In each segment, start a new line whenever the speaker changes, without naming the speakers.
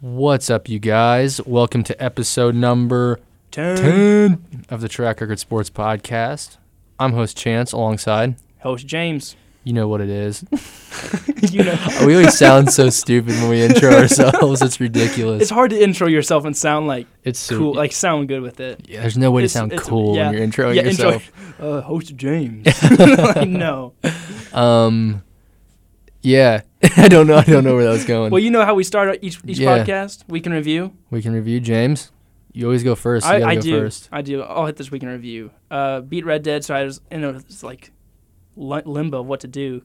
What's up, you guys? Welcome to episode number
10.
10 of the Track Record Sports Podcast. I'm host Chance alongside,
Host James.
you know what it is.
you know,
we always sound so stupid when we intro ourselves. It's ridiculous.
it's hard to intro yourself and sound like
It's so-
cool, like sound good with it.
yeah, there's no way to
it's-
sound
it's-
cool
yeah.
when you're introing
yeah,
yourself.
intro. Uh, host James. like, no.
Um, yeah, I don't know. I don't know where that was going.
Well, you know how we start our- each each
Yeah.
podcast, week in review.
we can review James. You always go first. You
I,
gotta
I
go
do.
first.
I do. I'll hit this week in review. Uh, beat Red Dead, so I was in a it's like li- limbo of what to do,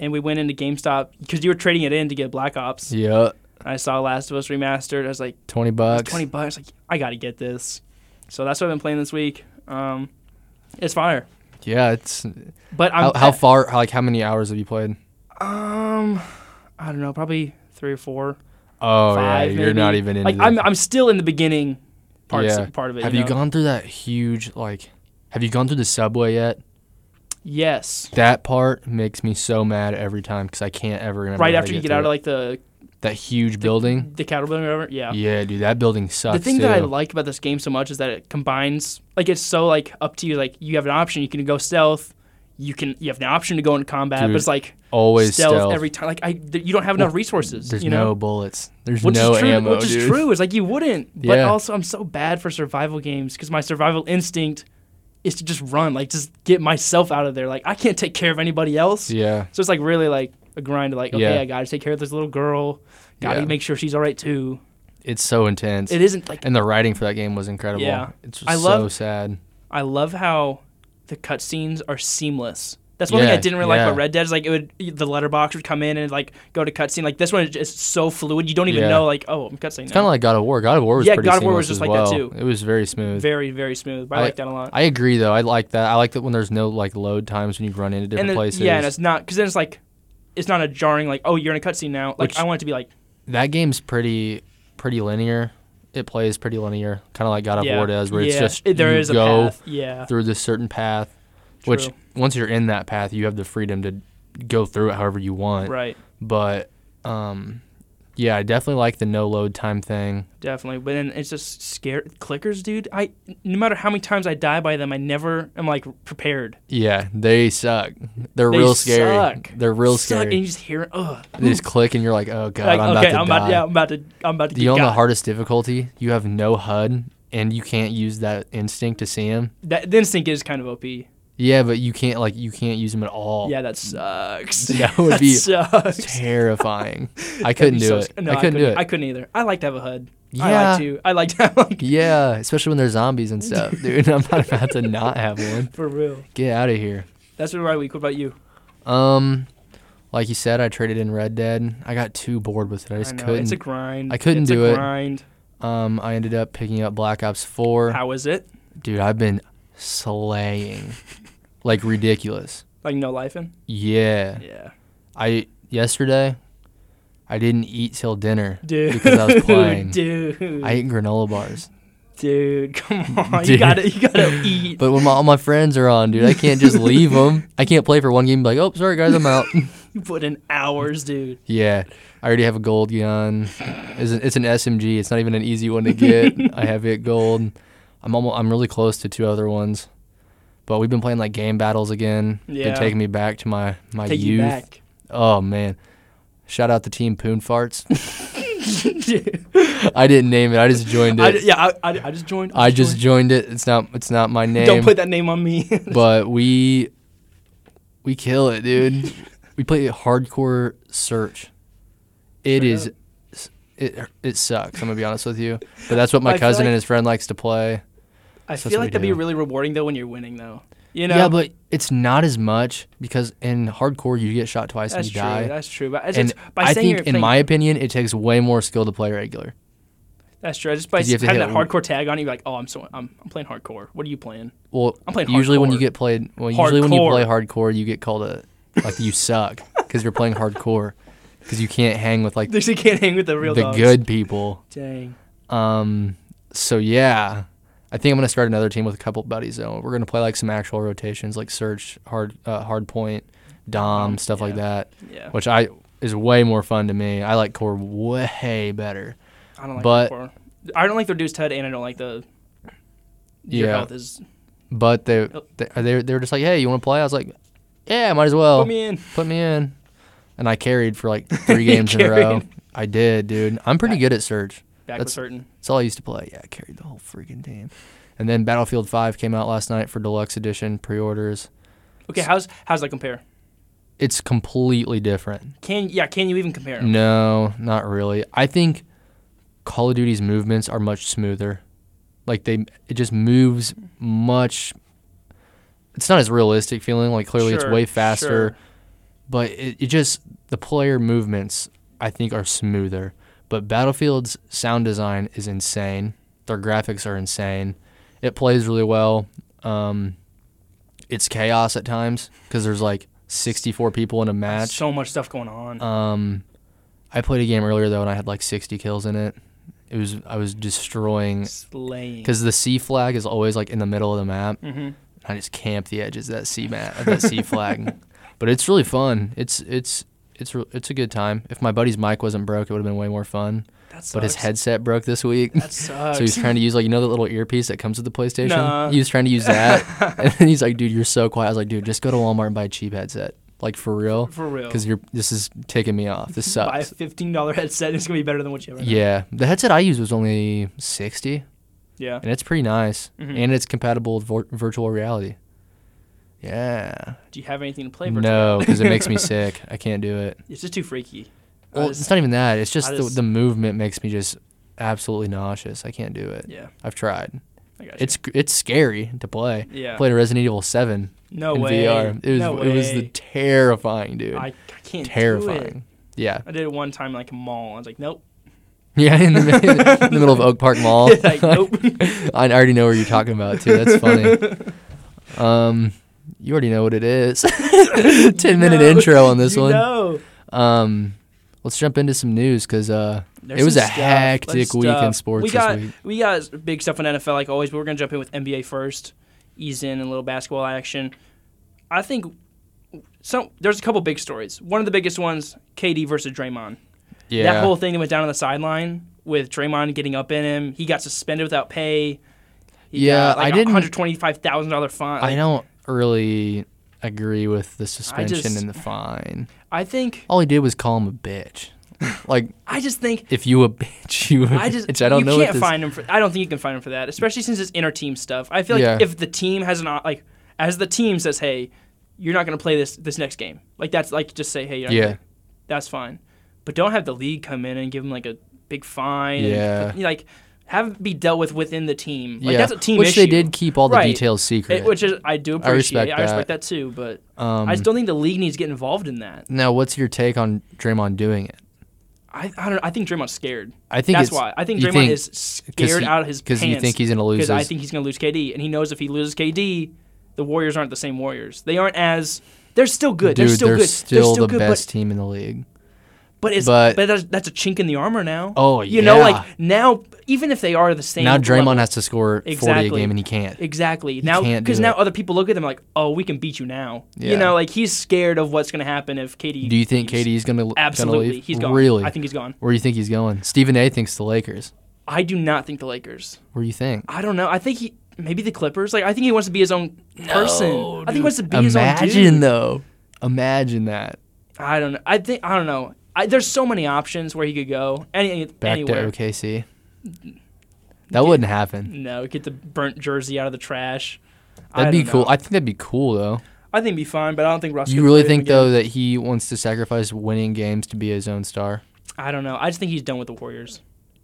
and we went into GameStop because you were trading it in to get Black Ops.
Yeah,
I saw Last of Us remastered. I was like.
twenty
It's
bucks.
Twenty bucks. Like I gotta get this. So that's what I've been playing this week. Um, it's fire.
Yeah, it's
But I'm
how, how far? How, like how many hours have you played?
um, I don't know, probably three or four.
Oh
five,
yeah, you're not
maybe.
even into.
Like
the-
I'm, I'm still in the beginning part
Yeah.
part of it.
have
you,
you
know?
gone through that huge like? Have you gone through the subway yet?
Yes.
That part makes me so mad every time because I can't ever remember.
Right
how to
after you get
through
out of
it.
like the
that huge building.
the cattle building or whatever. Yeah.
Yeah, dude, that building sucks.
The thing that I
too.
like about this game so much is that it combines like it's so like up to you. Like you have an option. You can go stealth. You can you have the option to go into combat,
Dude,
but it's like
always
stealth,
stealth.
every time. Like I, th- you don't have enough resources.
There's
you know?
no bullets. There's
which
no
is true,
ammo,
which is
dude.
true. It's like you wouldn't, but
Yeah.
also I'm so bad for survival games because my survival instinct is to just run, like just get myself out of there. Like I can't take care of anybody else,
Yeah.
so it's like really like a grind. Of like okay,
Yeah.
I gotta take care of this little girl. Gotta
Yeah.
make sure she's all right too.
It's so intense.
It isn't like
And the writing for that game was incredible.
Yeah.
It's
I
so
love-
sad.
I love how the cutscenes are seamless. That's one thing
Yeah,
I didn't really like
yeah.
about Red Dead is like it would e, the letterbox would come in and like go to cutscene. Like this one is so fluid, you don't even
Yeah.
know like oh I'm cutscene.
It's kind of like God of War. God of War was
Yeah,
pretty
God of War was
seamless
just
as
like that,
well.
too.
It was very smooth.
very very smooth. But I,
I-
like that a lot.
I agree though. I like that. I like that when there's no like load times when you run into different
and then,
places.
Yeah, and it's not because then it's like, it's not a jarring like, oh, you're in a cutscene now. Like
Which-
I want it to be like,
that game's pretty pretty linear. It plays pretty linear, kind of like God of
yeah,
War does, where it's
yeah,
just
it- there
you
is
go
a path. Yeah,
through this certain path, which
True.
once you're in that path, you have the freedom to go through it however you want.
right,
But um, yeah, I definitely like the no load time thing.
definitely. But then it's just scared clickers, dude. I no matter how many times I die by them, I never am like prepared.
Yeah, they suck. They're
They
real scary.
suck.
They're real
Suck,
scary.
and you just hear it. Ugh.
They just click and you're like, oh god,
like,
I'm about
okay,
to
I'm
die.
about yeah, I'm about to I'm about to
Do you
get
know the
got.
hardest difficulty? You have no HUD and you can't use that instinct to see him.
That the instinct is kind of OP.
Yeah, but you can't like you can't use him at all.
Yeah, that sucks.
Oh. That would be
sucks.
terrifying. I couldn't do
So
it.
sc- No,
I couldn't do it.
I couldn't either. I like to have a HUD. I
Yeah.
like to. I like to have like,
yeah, especially when there's zombies and stuff, dude. I'm not about to not have one.
for real.
Get out of here.
That's been my week. What about you?
Um, like you said, I traded in Red Dead. I got too bored with it. I just
know,
couldn't.
It's a grind.
I couldn't
it's
do
a
it.
Grind.
um, I ended up picking up Black Ops Four.
How is it?
Dude, I've been slaying, like ridiculous.
Like no life in?
Yeah.
Yeah,
I yesterday, I didn't eat till dinner.
dude.
Because I was playing.
Dude,
I ate granola bars.
dude, come on. You
Dude.
gotta, you gotta eat.
But when my, all my friends are on, dude, I can't just leave them. I can't play for one game. And be like, oh, sorry guys, I'm out.
You put in hours, dude.
yeah, I already have a gold gun. It's an, it's an SMG. It's not even an easy one to get. I have it gold. I'm almost. I'm really close to two other ones. But we've been playing like game battles again.
Yeah.
They're taking me back to my my
Take
youth.
you back.
Oh man. Shout out the team Poon Farts.
Dude.
I didn't name it. I just joined
I,
it.
yeah, I, I, I just joined.
I just joined it. It's not it's not my name.
joined. Don't put that name on me.
but we we kill it, dude. we play hardcore search. It
Straight
is
up.
s it it sucks. I'm gonna be honest with you, but that's what my
I feel
cousin
like-
and his friend likes to play.
I
that's what
feel
we
like that'd be
do.
really rewarding though when you're winning though. You know.
yeah, but it's not as much because in hardcore you get shot twice
that's
and
true.
you die.
That's true. But it's,
and
it's- by
I
saying
think,
you're
in
playing-
my opinion, it takes way more skill to play regular.
that's true. Just by
'cause you have to
having
hit
that
one-
hardcore tag on, it, you're like, oh, I'm so, I'm, I'm playing hardcore. What are you playing?
Well,
I'm playing
usually when you
hardcore.
get played, well, usually when you
Hardcore.
play hardcore, you get called a like you suck because you're playing hardcore because you can't hang with like the
They can't hang with the real dogs.
good people.
Dang.
Um, so yeah, I think I'm gonna start another team with a couple buddies though. We're gonna play like some actual rotations, like search, hard, uh, hard point, dom,
Um,
stuff like
yeah.
that,
Yeah.
which I is way more fun to me. I like core way better.
I don't like
But-
Record. I don't like the reduced HUD, and I don't like the your
yeah,
health is.
but they they they they were just like, hey, you want to play? I was like, yeah, might as well.
Put me in.
put me in. And I carried for like three games in a row.
Carried.
I did, dude. I'm pretty good at Surge.
Back with
That's-
certain.
That's all I used to play. Yeah, I carried the whole freaking team. And then Battlefield 5 came out last night for deluxe edition pre-orders.
Okay, how's how's that compare?
It's completely different.
Can yeah? Can you even compare? 'em?
No, not really. I think Call of Duty's movements are much smoother. Like they, it just moves much. It's not as realistic feeling. Like clearly, it's
Sure,
way faster.
sure.
But it, it just the player movements I think are smoother. But Battlefield's sound design is insane. Their graphics are insane. It plays really well. Um, it's chaos at times because there's like 64 people in a match.
So much stuff going on.
Um, I played a game earlier though, and I had like 60 kills in it. It was I was destroying
Slaying.
because the C flag is always like in the middle of the map.
hmm
I just camped the edges of that C map, of that C flag. But it's really fun. It's it's it's re- it's a good time. If my buddy's mic wasn't broke, it would have been way more fun.
That sucks.
But his headset broke this week.
That sucks.
So he's trying to use like you know that little earpiece that comes with the PlayStation.
Nah.
He was trying to use that, and then he's like, "Dude, you're so quiet." I was like, "Dude, just go to Walmart and buy a cheap headset, like for real."
for real.
because you're this is taking me off. This
buy a
sucks.
fifteen dollar headset. It's gonna be better than what you have. Right
Yeah, the headset I used was only sixty,
Now. Yeah.
and it's pretty nice,
Mhm.
and it's compatible with vir- virtual reality. Yeah,
Do you have anything to play? virtual
no,
reality?
because it makes me sick. I can't do it.
It's just too freaky. I
Well,
just-
it's not even that. It's just,
I
the,
just-
the movement makes me just absolutely nauseous. I can't do it.
yeah.
I've tried.
I got you.
It's it's scary to play.
yeah.
Played Resident Evil Seven
no
in
way.
VR. It was
no
it was the
way.
terrifying dude.
I, I can't Do it.
terrifying. Yeah.
I did it one time like a mall. I was like, nope.
Yeah, in the, in the middle of Oak Park Mall.
like, nope.
I already know where you're talking about too. That's funny. Um, you already know what it is. Ten minute
No.
intro on this
You
one.
know.
Um, let's jump into some news because uh,
There's
it was
some
a
stuff.
hectic
There's
week in
stuff.
sports
We got
this week.
we got big stuff in NFL like always, but we're gonna jump in with NBA first, ease in and a little basketball action. I think some there's a couple big stories. One of the biggest ones, KD versus Draymond.
Yeah,
That whole thing that went down on the sideline with Draymond getting up in him. He got suspended without pay. He
Yeah,
got, like
I
a
didn't-
Hundred twenty-five thousand dollar fine.
I don't really agree with the suspension
just-
and the fine.
I think.
All he did was call him a bitch. like
I just think
if you a bitch, you a
I just
bitch. I don't
you
know
can't
what this.
find him for. I don't think you can find him for that, especially since it's inner team stuff. I feel like
Yeah.
if the team has an o- like, as the team says, hey, you're not going to play this this next game. Like that's like just say, hey, you're not gonna
yeah,
play. that's fine. But don't have the league come in and give him like a big fine. and-
Yeah.
like have it be dealt with within the team. Like
yeah.
that's a team
which
issue.
they did keep all the
Right.
details secret.
It- which is I do
I respect
appreciate. I respect, that. too, but
um,
I just don't think the league needs to get involved in that.
Now, what's your take on Draymond doing it?
I, I don't. I think Draymond's scared.
I think
that's
it's-
why. I think
you
Draymond
think-
is scared
he-
out of his pants.
because you think he's going to lose.
because
His,
I think he's going to lose KD, and he knows if he loses KD, the Warriors aren't the same Warriors. They aren't as they're still good.
dude,
they're still good. they're still
the
good,
best team in the league.
But, but it's
but-
but, that's, that's a chink in the armor now.
Oh,
you know,
yeah.
like now even if they are the same
Now Draymond
level-
has to score forty a
Exactly.
game, and he can't.
exactly now
can't do
because now
it.
other people look at them like oh we can beat you now.
Yeah.
You know, like he's scared of what's going to happen if KD.
Do you think
leaves.
KD is going to
Absolutely,
leave?
he's gone.
Really?
I think he's gone.
Where do you think he's going? Stephen A. thinks the Lakers.
I do not think the Lakers.
Where do you think?
I don't know. I think he maybe the Clippers. Like I think he wants to be his own person. I think he wants to be his own.
Imagine
dude.
though. Imagine that.
I don't know. I think I don't know. I, there's so many options where he could go. Any
Back
anywhere. Mm.
to OKC. That wouldn't happen.
No, get the burnt jersey out of the trash.
That'd
I
be
don't
cool.
know.
I think that'd be cool though.
I think it'd be fine, but I don't think Russ.
You
could
really
play him
think
again.
though that he wants to sacrifice winning games to be his own star?
I don't know. I just think he's done with the Warriors.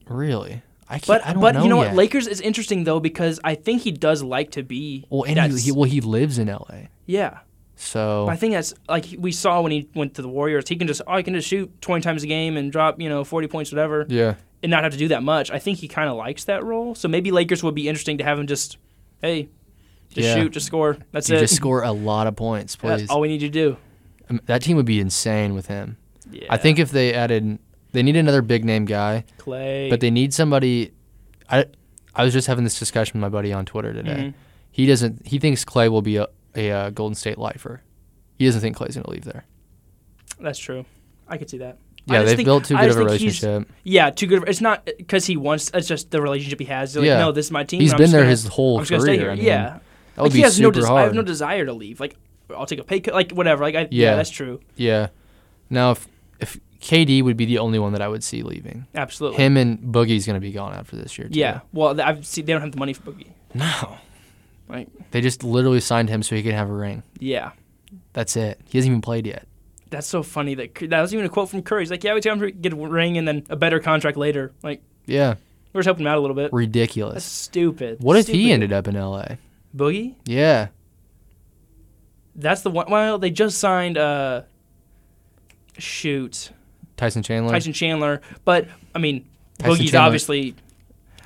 Really? I can't.
But
I don't
but
know
you know
yet.
what? Lakers is interesting though because I think he does like to be.
Well, and he,
that's-
he well he lives in L.A.
yeah.
So
I think that's like he- we saw when he went to the Warriors. He can just oh, he can just shoot 20 times a game and drop you know 40 points whatever
yeah,
and not have to do that much. I think he kind of likes that role. So maybe Lakers would be interesting to have him just hey. Just
Yeah.
shoot, just score. That's
you
it.
just score a lot of points,
That's
please.
all we need you to do.
Um, that team would be insane with him.
Yeah.
I think if they added, they need another big name guy,
Clay.
but they need somebody. I I was just having this discussion with my buddy on Twitter today.
Mhm.
He doesn't. He thinks Clay will be a, a, uh Golden State lifer. He doesn't think Clay's going to leave there.
That's true. I could see that. I
Yeah,
just
they've
think-
built too
I
good of
just
a
think he's-
relationship.
Yeah, too good. It's not because he wants. It's just the relationship he has. They're like,
Yeah.
no, this is my team.
He's
and I'm
been
just
there
gonna-
his whole
I'm just
career.
gonna stay here.
I mean,
yeah,
that would
like,
be
he has
super
no. Des-
hard.
I have no desire to leave. Like, I'll take a pay cut. Like, whatever. Like, I, yeah.
Yeah.
that's true.
yeah. Now, if if KD would be the only one that I would see leaving,
Absolutely.
him and Boogie's gonna be gone after this year. Too.
yeah. Well, th- I've seen they don't have the money for Boogie.
No.
Like-
they just literally signed him so he could have a ring.
Yeah.
That's it. He hasn't even played yet.
That's so funny that Cur- that was even a quote from Curry. He's like, "Yeah, we tell him to get a ring and then a better contract later." Like,
Yeah,
we're just helping him out a little bit. That's
ridiculous.
stupid.
What if he
Stupid.
ended up in L.A.?
Boogie?
Yeah,
That's the one. Well, they just signed. uh Shoot.
Tyson Chandler,
Tyson Chandler. But I mean,
Tyson
Boogie's
Chandler.
obviously.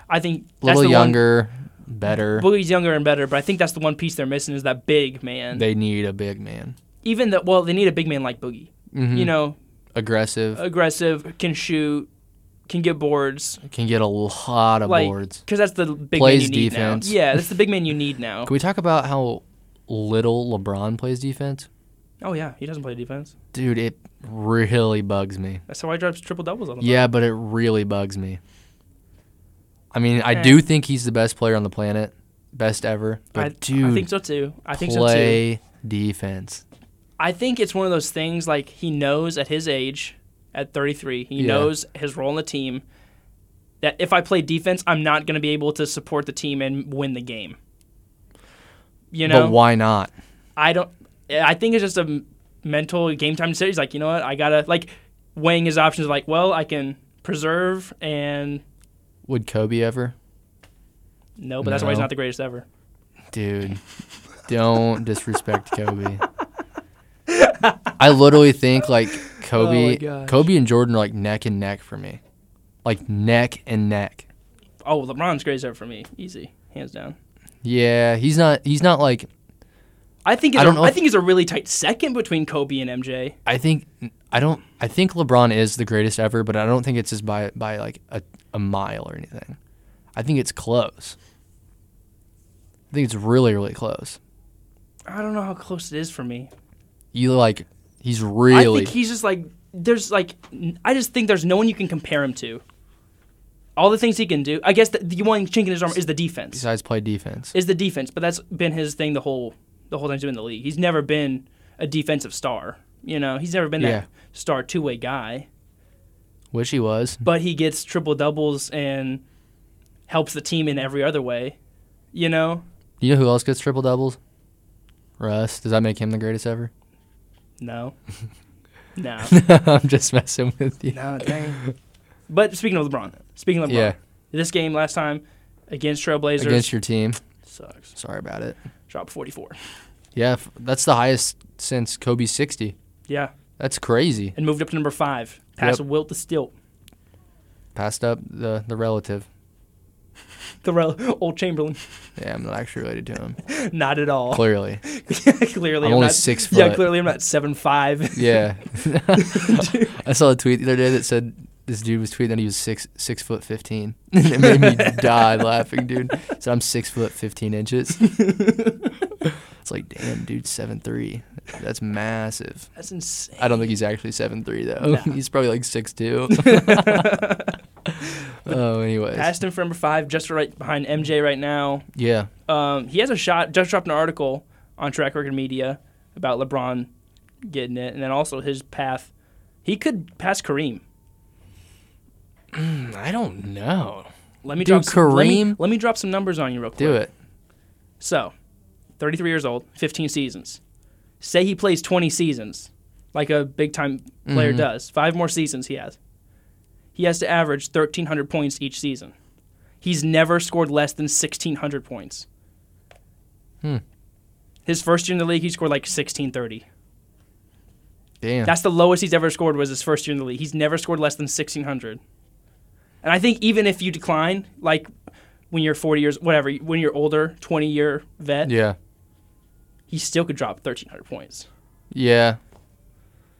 I think
a
that's
little
the
younger, better.
One, Boogie's younger and better, but I think that's the one piece they're missing is that big man.
They need a big man.
Even that, well, they need a big man like Boogie.
Mhm.
You know, uh,
aggressive.
aggressive, can shoot, can get boards,
Can get a lot of
like
boards.
because that's the big
Plays
man you need
defense.
now. Yeah, that's the big man you need now.
Can we talk about how little LeBron plays defense?
oh yeah, he doesn't play defense.
Dude, it really bugs me.
That's how I drops triple doubles on the
Yeah, but it really bugs me. I mean, I
Eh.
do think he's the best player on the planet, best ever. But
I,
dude,
I think so too. I think so too.
play defense.
I think it's one of those things like he knows at his age, at 33, he
Yeah.
knows his role in the team. That if I play defense, I'm not going to be able to support the team and win the game. You know,
but why not?
I don't. I think it's just a m- mental game time decision. He's like, you know what, I gotta like weighing his options. Like, well, I can preserve and
Would Kobe ever?
no, but that's why he's
No.
not the greatest ever.
Dude, don't disrespect Kobe. I literally think like
Oh my
Kobe,
gosh.
Kobe and Jordan are like neck and neck for me, like neck and neck.
Oh, LeBron's greatest ever for me, easy, hands down.
Yeah, he's not. He's not like.
I think it's
I
I,
don't know
I
if-
think he's a really tight second between Kobe and MJ.
I think. I don't. I think LeBron is the greatest ever, but I don't think it's just by by like a, a mile or anything. I think it's close. I think it's really really close.
I don't know how close it is for me.
You like. He's really.
I think he's just like there's like n- I just think there's no one you can compare him to. All the things he can do. I guess the, the one chink in his armor is the defense.
besides play defense.
Is the defense, but that's been his thing the whole the whole time he's been in the league. He's never been a defensive star. You know, he's never been
Yeah.
that star two way guy.
Wish he was.
But he gets triple doubles and helps the team in every other way. You know?
You know who else gets triple doubles? Russ. Does that make him the greatest ever?
No. no.
I'm just messing with you.
No, dang. But speaking of LeBron, speaking of LeBron,
Yeah.
this game last time against Trailblazers
Against your team.
sucks.
Sorry about it.
Drop 44.
Yeah, f- that's the highest since Kobe 60.
Yeah,
That's crazy.
and moved up to number five. Pass
Yep.
Wilt the Stilt,
Passed up the, the relative.
the rel- old Chamberlain.
Yeah, I'm not actually related to him.
not at all.
Clearly.
clearly,
I'm
I'm
only
not,
six
Yeah,
foot.
clearly I'm not seven five.
Yeah. I saw a tweet the other day that said this dude was tweeting that he was six six foot fifteen. it made me die laughing, dude. Said I'm six foot fifteen inches. it's like, damn, dude, seven three. That's massive.
That's insane.
I don't think he's actually seven three though.
Nah.
he's probably like six two. oh, anyways,
Passed him for number five, just right behind MJ right now.
yeah,
Um, he has a shot. Just dropped an article on Track Record Media about LeBron getting it, and then also his path. He could pass Kareem. Hmm,
I don't know.
Let me
Dude,
drop some, let me-
Kareem-
Let me, drop some numbers on you real quick.
Do it.
So, 33 years old, 15 seasons. Say he plays 20 seasons, like a big time player
Mhm.
does. Five more seasons he has. He has to average 1,300 points each season. He's never scored less than 1,600 points.
Hmm.
His first year in the league, he scored like 1,630.
Damn.
That's the lowest he's ever scored was his first year in the league. He's never scored less than 1600. And I think even if you decline, like when you're 40 years, whatever, when you're older, 20 year vet,
yeah,
he still could drop 1300 points.
yeah.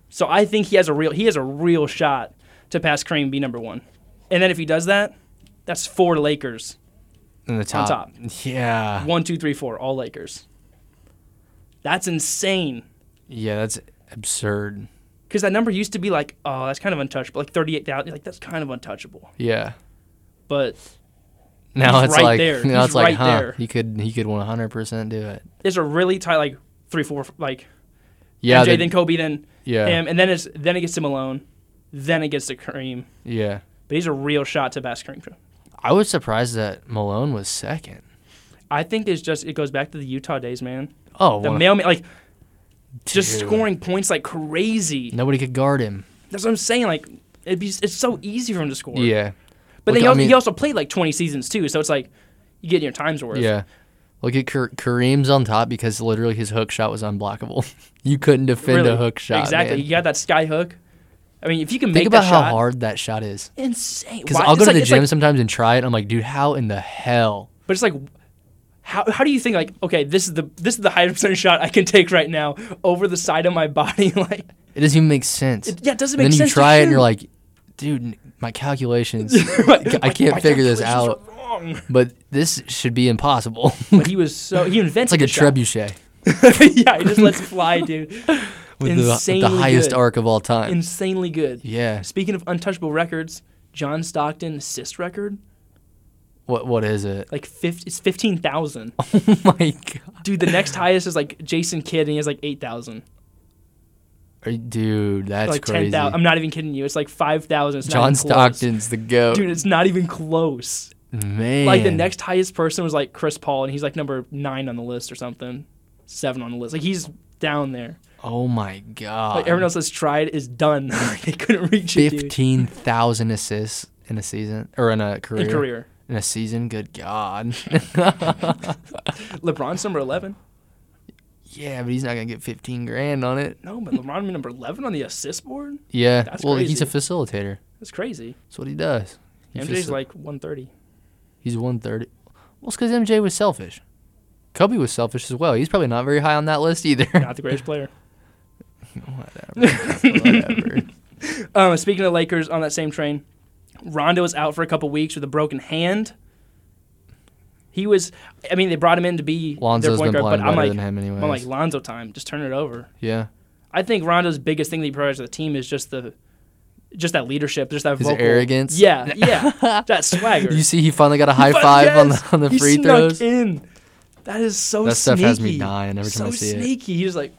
So I think he has a real he has a real shot to pass Kareem and be number one. And then if he does that, that's four Lakers,
In the top.
top.
Yeah.
one, two, three, four, all Lakers. That's insane.
Yeah, that's absurd.
Because that number used to be like, oh, that's kind of untouchable. Like 38,000, like that's kind of untouchable.
Yeah.
But
Now
He's
it's
right
like
there.
now
He's
it's like
right
huh,
there.
he could he could 100% do it.
there's a really tight, like three, four, like
Yeah,
MJ,
they-
then Kobe, then
yeah.
him, and then it's then it gets to Malone, then it gets to Kareem.
Yeah.
But he's a real shot to pass Kareem.
I was surprised that Malone was second.
I think it's just it goes back to the Utah days, man.
Oh,
The
one-
mailman, like just
Dude.
scoring points like crazy.
Nobody could guard him.
That's what I'm saying. Like it'd be, it's so easy for him to score.
Yeah.
But
Look,
then he
I
also,
mean-
he also played like 20 seasons too, so it's like you get your time's worth.
Yeah. Look at Kar- Kareem's on top because literally his hook shot was unblockable. you couldn't defend
Really.
a hook shot.
Exactly.
man.
You got that sky hook. I mean, if you can
Think
make
about
that
how
shot,
hard that shot is.
insane.
Because
Why-
I'll
it's
go to
like-
the
it's
gym
like-
sometimes and try it. and I'm like, dude, how in the hell?
but it's like, how, how do you think like okay, this is the this is the highest percentage shot I can take right now over the side of my body? like,
It doesn't even make sense.
it, yeah, it doesn't
And then
make sense.
you
to
try it and you're
shoot.
like, dude, n- my calculations,
Like,
I can't
my
figure this out.
calculations are wrong.
But this should be impossible.
But he was so he
it's
invented.
like a
the shot.
trebuchet
yeah, he just lets it fly, dude.
with the, with the
Insanely
highest
good.
arc of all time.
Insanely good.
yeah.
Speaking of untouchable records, John Stockton assist record
What What is it?
like 50, it's fifteen thousand.
Oh my god,
Dude, the next highest is like Jason Kidd, and he has like eight thousand,
Are you- dude, that's
like
crazy.
ten thousand. I'm not even kidding you. It's like five thousand.
John Stockton's the goat.
Dude, it's not even close.
Man,
Like the next highest person was like Chris Paul, and he's like number nine on the list or something, seven on the list. Like he's down there.
Oh my god.
Like everyone else that's tried is done. Like, they couldn't reach it. Dude.
Fifteen thousand assists in a season or in a career.
In career,
In a season, good god.
LeBron's number eleven.
yeah, but he's not gonna get fifteen grand on it.
No, but LeBron would be number eleven on the assist board.
Yeah.
That's
well, he's a
crazy.
facilitator.
That's crazy.
That's what he does. He
MJ's
faci-
like one thirty.
he's one thirty. Well, it's because MJ was selfish. Kobe was selfish as well. He's probably not very high on that list either.
Not the greatest player.
Whatever.
Um, speaking of Lakers, on that same train, Rondo was out for a couple weeks with a broken hand. He was, I mean, they brought him in to be their
Lonzo's
point
been
guard,
playing
but
better
I'm like,
than him anyway.
I'm like Lonzo time. Just turn it over.
yeah,
I think Rondo's biggest thing that he provides to the team is just the, just that leadership, just that
his
vocal
arrogance.
Yeah, yeah, that swagger.
You see, he finally got a high
But
five on
yes,
the on the
he
free
snuck
throws.
in. That is so
That stuff
sneaky.
has me dying every time I
so
see it.
sneaky. He was like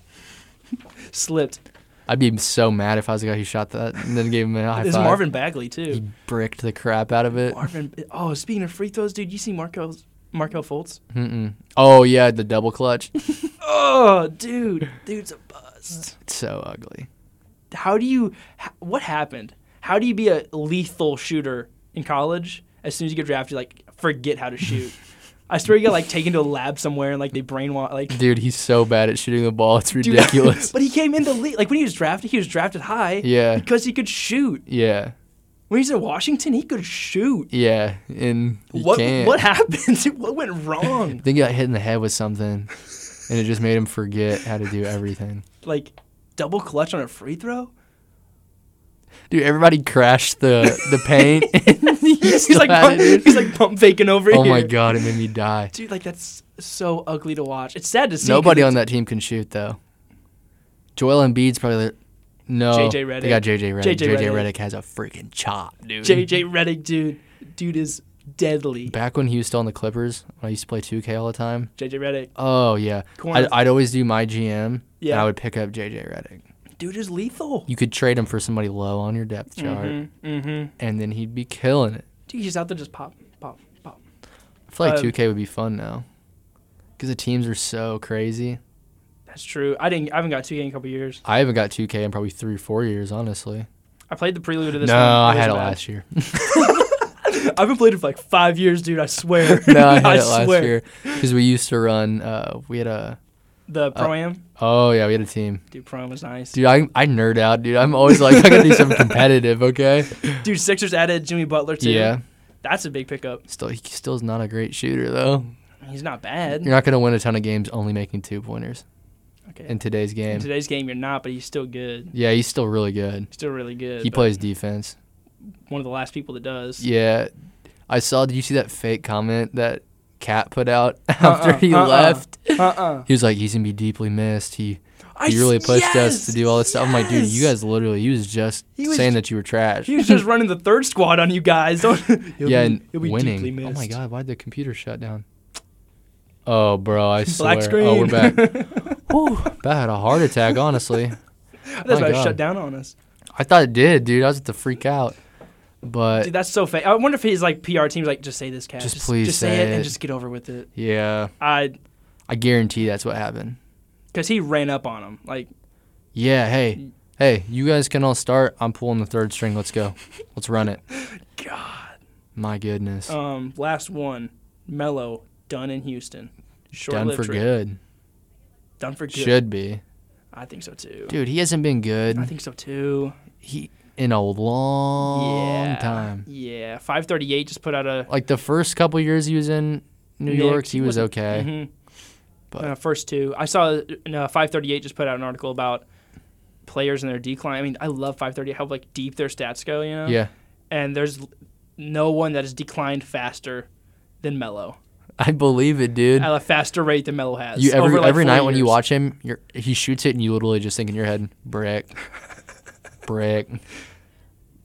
slipped.
I'd be so mad if I was the guy who shot that and then gave him a high
There's
five.
Marvin Bagley too.
He bricked the crap out of it.
Marvin. Oh, speaking of free throws, dude, you see Markel Markel Fultz?
Mm-mm. Oh yeah, the double clutch.
Oh, dude, dude's a bust.
It's so ugly.
How do you? h- What happened? How do you be a lethal shooter in college? As soon as you get drafted, like forget how to shoot. I swear you got like taken to a lab somewhere and like they brainwash like.
Dude, he's so bad at shooting the ball. It's
Dude,
ridiculous.
but he came into league like when he was drafted, he was drafted high.
Yeah.
Because he could shoot.
yeah,
When he's in Washington, he could shoot.
yeah. And you
what
can't.
what happened? what went wrong?
I think he got hit in the head with something, and it just made him forget how to do everything.
like double clutch on a free throw?
Dude, everybody crashed the the paint. and he
he's
still
like
had
pump,
it, dude.
he's like pump faking over
Oh
here.
my god, it made me die.
dude! Like that's so ugly to watch. It's sad to see. 'cause
Nobody
it's-
on that team can shoot though. Joel Embiid's probably the, no.
JJ
They got
Redick.
JJ Redick.
JJ
JJ,
Redick.
Redick. has a freaking chop, dude.
JJ Redick, dude. Dude is deadly.
Back when he was still on the Clippers, when I used to play 2K all the time.
JJ Redick,
Oh yeah,
Corner.
I'd, I'd always do my GM. Yeah, and
Yeah.
I would pick up JJ Redick.
dude is lethal.
You could trade him for somebody low on your depth chart,
Mm-hmm.
and then he'd be killing it.
Dude, he's out there just pop, pop, pop.
I feel like
Um,
2K would be fun now, because the teams are so crazy.
That's true. I didn't. I haven't got two in a couple years.
I haven't got 2K in probably three, four years, honestly.
I played the prelude to this.
no,
one.
I
wasn't
had it last
bad.
year.
I've been playing it for like five years, dude. I swear.
no, I had it last
swear.
year because we used to run. Uh, we had a
The pro am,
oh yeah, we had a team.
dude. Pro am was nice. Dude.
Uh, Dude, I I nerd out, dude. I'm always like I gotta do something competitive, okay?
Sixers added Jimmy Butler too.
Yeah,
that's a big pickup.
still he still's not a great shooter though.
He's not bad.
You're not gonna win a ton of games only making two pointers
okay.
in today's
In
game.
today's game, you're not, but he's still good.
Yeah, he's still really good.
He's still really good.
He
but
plays defense.
One of the last people that does.
Yeah, I saw. Did you see that fake comment that Cat put out after he
uh-uh.
left?
Uh uh
He was like, he's gonna be deeply missed. He
I
He really
s-
pushed us to
yes!
do all this stuff. I'm like, dude, you
Yes!
guys literally, he was just
He was
saying
ju-
that you were trash.
He was just running the third squad on you guys. Don't, he'll
yeah,
be-
and
he'll be deeply
winning. Oh
missed.
my god, why'd the computer shut down? Oh, bro, I swear.
Black screen.
Oh, we're back.
That's
Whew, that had a heart attack, honestly. Oh My
about to
God.
shut down on us.
I thought it did, dude. I was at the freak out. But
Dude, that's so fake. I wonder if his like PR team's like, just say this, cat.
Just please
just say,
say
it, and
it.
just get over with it.
yeah,
I,
I guarantee that's what happened.
because he ran up on him. Like,
Yeah, hey.
Mm.
Hey, you guys can all start. I'm pulling the third string. Let's go. Let's run it.
God.
My goodness.
Um, last one, Mello done in Houston. Short
Done for good.
Done for good.
Should be.
I think so too.
Dude, he hasn't been
I
good
think so too.
he in a long
yeah.
time.
Yeah. Five thirty eight just put out a
Like the first couple years he was in New
Knicks.
York, he was
Wasn't-
okay.
Mhm.
But-
Uh, first two, I saw uh, five thirty eight just put out an article about players and their decline. I mean, I love five thirty eight how like deep their stats go. You know.
Yeah.
And there's l- no one that has declined faster than Mello
I believe it, dude.
at a faster rate than Mello has.
You every
over, like,
every
four
night when you
years.
watch him, you're, he shoots it and you literally just think in your head, brick, brick,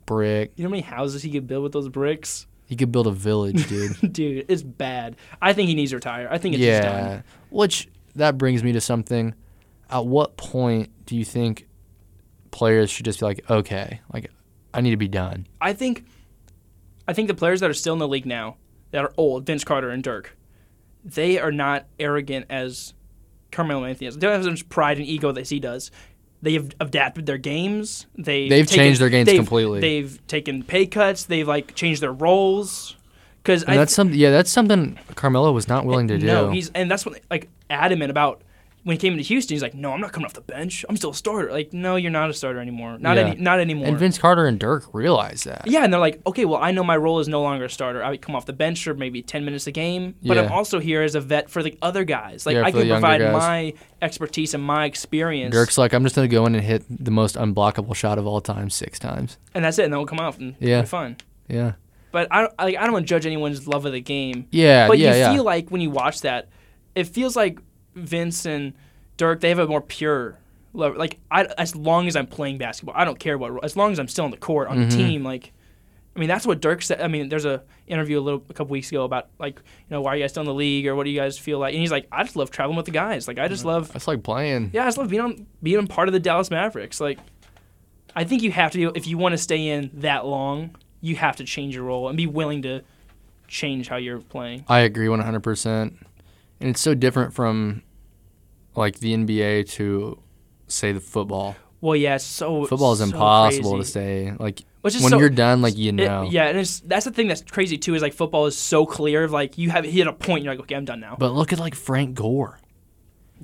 brick.
You know how many houses he could build with those bricks?
He could build a village, dude.
Dude, it's bad. I think he needs to retire. I think it's just done.
yeah. Which that brings me to something. At what point do you think players should just be like, okay, like I need to be done?
I think I think the players that are still in the league now that are old, Vince Carter and Dirk, they are not arrogant as Carmelo Anthony is. They don't have as much pride and ego as he does. They have adapted their games. They
They've changed their games
they've-
completely.
They've taken pay cuts. They've like changed their roles. Because
And that's something. Yeah, that's something Carmelo was not willing to do.
No, he's and that's what like adamant about when he came into Houston. He's like, no, I'm not coming off the bench. I'm still a starter. Like, no, you're not a starter anymore. Not
Yeah.
any, not anymore.
and Vince Carter and Dirk realized that.
Yeah, and they're like, okay, well, I know my role is no longer a starter. I would come off the bench for maybe 10 minutes a game, but
Yeah.
I'm also here as a vet for the other guys. Like,
Yeah,
I
for the
can
younger
provide
guys.
my expertise and my experience.
Dirk's like, I'm just gonna go in and hit the most unblockable shot of all time six times.
and that's it, and they'll come off and
Yeah.
be fun.
Yeah.
But I don't, like, I don't want to judge anyone's love of the game.
Yeah.
but
yeah.
you
yeah.
feel like when you watch that, it feels like Vince and Dirk, they have a more pure love. Like, I, as long as I'm playing basketball, I don't care what, role- as long as I'm still on the court, on
Mm-hmm.
the team, like, I mean, that's what Dirk said. I mean, there's a interview a little a couple weeks ago about like, you know, why are you guys still in the league or what do you guys feel like? And he's like, I just love traveling with the guys. Like, I
Mm-hmm.
just love,
It's like playing.
yeah, I just love being on being on part of the Dallas Mavericks. Like, I think you have to if you want to stay in that long, you have to change your role and be willing to change how you're playing.
I agree 100%. And it's so different from like the NBA to say the football.
Well, yeah, it's so
Football is
so
impossible
crazy.
to stay. Like
Which is
when
so-
you're done, like you
It-
know.
yeah, and it's that's the thing that's crazy too is like football is so clear of like you have hit a point, you're like, okay, I'm done now.
But look at like Frank Gore.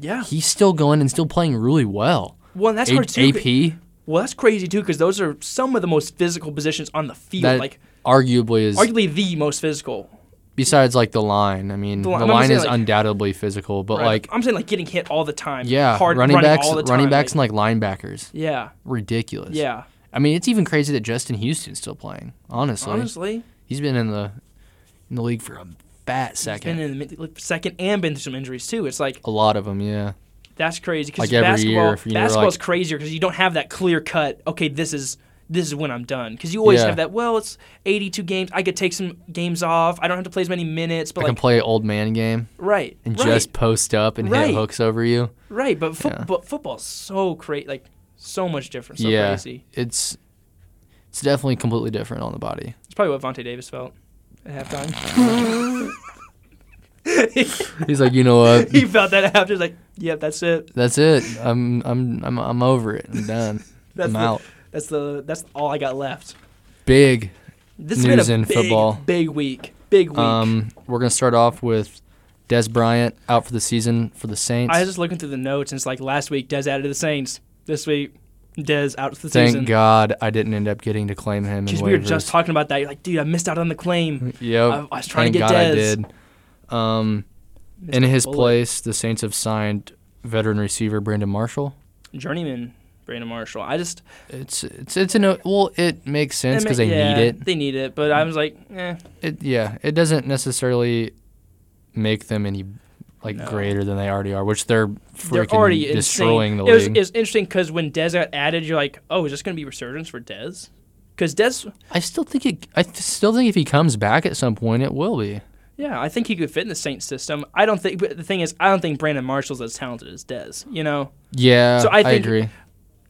yeah,
He's still going and still playing really well.
well, and that's hard
A-
too.
AP
Well, that's crazy too, because those are some of the most physical positions on the field.
that
like,
arguably is
arguably the most physical.
besides like the line. I mean, the,
The li- I'm not
line
saying,
is
like-
undoubtedly physical, but
right?
like
I'm saying, like getting hit all the time.
yeah,
hard
running, backs,
all the time,
running backs
Like,
and like linebackers,
yeah,
ridiculous.
yeah.
I mean, it's even crazy that Justin Houston's still playing.
Honestly,
He's been in the in the league for a fat
it's been
second.
in the mid- like, second and been through some injuries too. It's like
a lot of them, yeah.
that's crazy because
Like, every
basketball,
year, if you were,
basketball is
like-
crazier because you don't have that clear cut. Okay, this is this is when I'm done because you always
Yeah.
have that. Well, it's 82 games. I could take some games off. I don't have to play as many minutes. But
I can
like,
play old man game
right,
and
right.
just post up and
Right.
hit hooks over you.
Right, but, fo-
Yeah.
but football's so crazy, like so much different, so
yeah,
crazy.
it's it's definitely completely different on the body.
It's probably what Vontae Davis felt at halftime.
He's like, you know what?
he felt that after, like, yep, that's it.
That's it. I'm I'm I'm I'm over it. I'm done.
That's
I'm
the,
out.
That's the that's all I got left.
Big.
This has
News
been a
in
big,
football.
big week, big week.
Um, we're gonna start off with Des Bryant out for the season for the Saints.
I was just looking through the notes, and it's like last week Dez added to the Saints. This week Dez out for the
Thank
season.
God I didn't end up getting to claim him. in
Jeez, we were
waivers.
just talking about that. You're like, dude, I missed out on the claim.
Yep.
I- I was
Thank
trying to get
God I
Dez.
did. Um,
Missed
in
a
his
bullet.
place, the Saints have signed veteran receiver Brandon Marshall.
journeyman Brandon Marshall. I just
It's it's it's an well, it makes sense because
I
they
mean, yeah,
need it.
They need it, but I was like, eh.
It yeah, it doesn't necessarily make them any like
No.
greater than they already are, which they're
They're
freaking
already
destroying
insane.
the
it, was,
league.
it was interesting because when Dez got added, you're like, oh, is this going to be resurgence for Dez? Because Dez,
I still think it. I th- still think if he comes back at some point, it will be.
yeah, I think he could fit in the Saints system. I don't think, but the thing is, I don't think Brandon Marshall's as talented as Dez. You know,
Yeah,
So I
I,
think-
agree.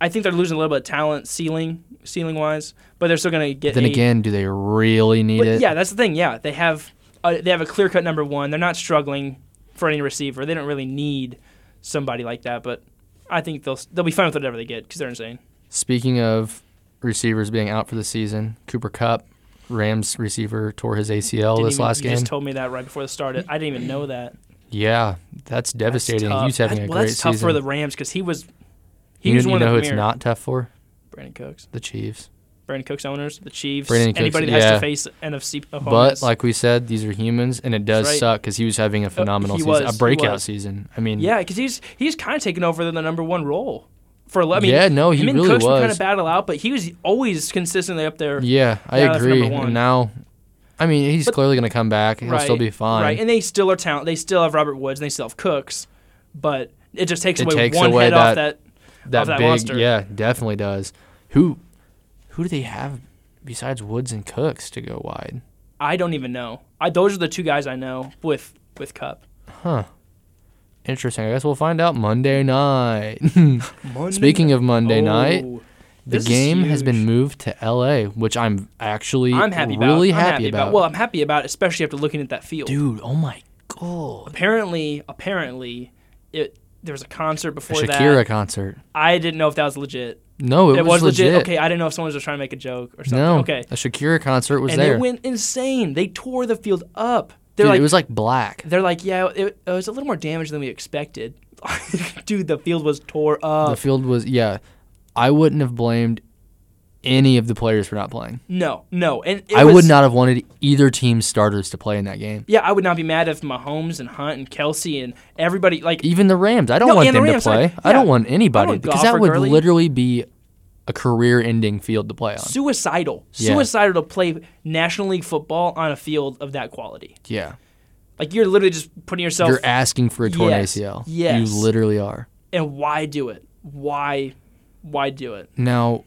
I think they're losing a little bit of talent ceiling, ceiling wise, but they're still going to get.
Then
a-
again, do they really need
but
it?
yeah, that's the thing. Yeah, they have uh, they have a clear cut number one. They're not struggling for any receiver. They don't really need somebody like that. But I think they'll they'll be fine with whatever they get because they're insane.
Speaking of receivers being out for the season, Cooper Cup, Rams receiver tore his ACL
Didn't
Oh, this
even-
last
you
game.
just told me that right before the started. I didn't even know that.
yeah, that's devastating.
That's tough.
He's having
That-
a
well,
great
that's
season.
tough for the Rams because he was. He
you
was
know,
one
you know
of
who
the
it's
premier-
not tough for?
Brandon Cooks,
The Chiefs.
Brandon Cooks owners, the Chiefs,
Brandon Cooks,
anybody that has
yeah.
to face NFC opponents.
But like we said, these are humans, and it does
That's right. Uh,
suck because he was having a phenomenal
he
season,
was,
a
he
breakout
was.
season. I mean,
yeah, because he's he's kind of taken over the number one role for. I mean,
Yeah, no, he
him and
really
Cooks would kind
was.
of battle out, but he was always consistently up there.
yeah, I
Yeah, that's
agree.
number one.
And now, I mean, he's
But-
clearly going to come back. He'll still be fine.
Right, and they still are talent. They still have Robert Woods. and They still have Cooks, but it just takes
It
away
takes
one
away
head
that-
off that.
that,
off that
big,
roster.
yeah, definitely does. Who, who do they have besides Woods and Cooks to go wide?
I don't even know. I those are the two guys I know with with Cup.
Huh. Interesting. I guess we'll find out Monday night. Speaking of Monday night,
Oh,
the
this is
game has been
huge.
moved to LA, which I'm actually
I'm happy about.
really
I'm
happy, about.
Well, I'm happy about, it, especially after looking at that field.
Dude, oh my god.
Apparently, apparently, it there was a concert
A
before
Shakira
that.
concert.
I didn't know if that was legit.
No, it,
It, was, legit.
legit.
Okay, I didn't know if someone was just trying to make a joke or something.
No,
Okay,
a Shakira concert was
and
there.
they went insane. They tore the field up. They're
Dude,
like,
it was like black.
they're like, yeah, it, it was a little more damage than we expected. Dude, the field was tore up.
the field was yeah. I wouldn't have blamed any of the players for not playing.
no, no, and it
I
was,
would not have wanted either team's starters to play in that game.
Yeah, I would not be mad if Mahomes and Hunt and Kelsey and everybody like
Even the Rams. I don't
No,
want
and the
them to
Rams,
play.
sorry.
I don't
Yeah.
want anybody
I don't
because
golf
that
or
would
Gurley.
literally be a career-ending field to play on.
suicidal,
Yeah.
suicidal to play National League football on a field of that quality.
Yeah.
Like you're literally just putting yourself.
You're asking for a torn
Yes,
ACL.
yes.
You literally are.
and why do it? Why, why do it?
Now,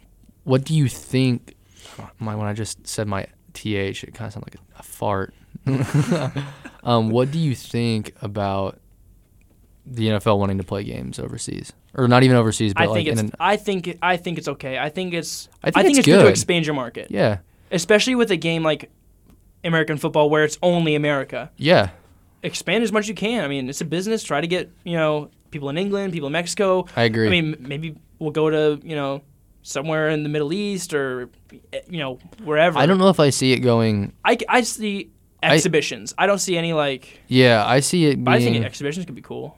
what do you think? My when I just said my th, it kind of sounded like a, fart. um, what do you think about the NFL wanting to play games overseas, or not even overseas, but
I
like
think
in
it's.
an,
I think. it- I think it's okay. I think it's.
I think it's
good to
good.
expand your market,
yeah,
especially with a game like American football where it's only America.
yeah,
expand as much as you can. I mean, it's a business. Try to get you know people in England, people in Mexico.
I agree.
I mean, m- maybe we'll go to you know somewhere in the Middle East or eh, you know wherever.
I don't know if I see it going.
I, c- I see
I-
exhibitions. I, don't see any like.
Yeah, I see it
But I think
being.
exhibitions could be cool.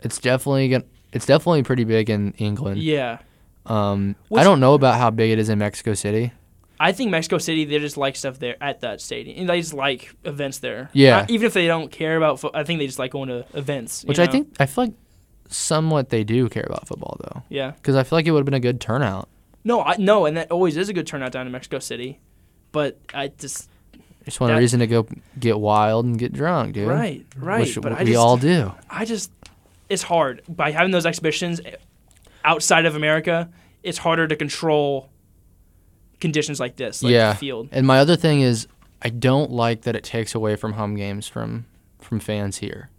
It's definitely gonna. It's definitely pretty big in England.
Yeah,
Um, I
Which-
don't know about how big it is in Mexico City.
I think Mexico City. They just like stuff there at that stadium. They just like events there.
Yeah.
Uh, even if they don't care about, fo- I think they just like going to events. you
Which I
know?
think I feel like somewhat they do care about football though,
Yeah.
because I feel like it would have been a good turnout.
No, I no, and that always is a good turnout down in Mexico City, but I just
Just want a
That-
reason to go get wild and get drunk, dude.
right, right.
Which
but
we
I just,
all do.
I just, it's hard by having those exhibitions outside of America. It's harder to control conditions like this, like
yeah.
the field.
And my other thing is, I don't like that it takes away from home games from from fans here.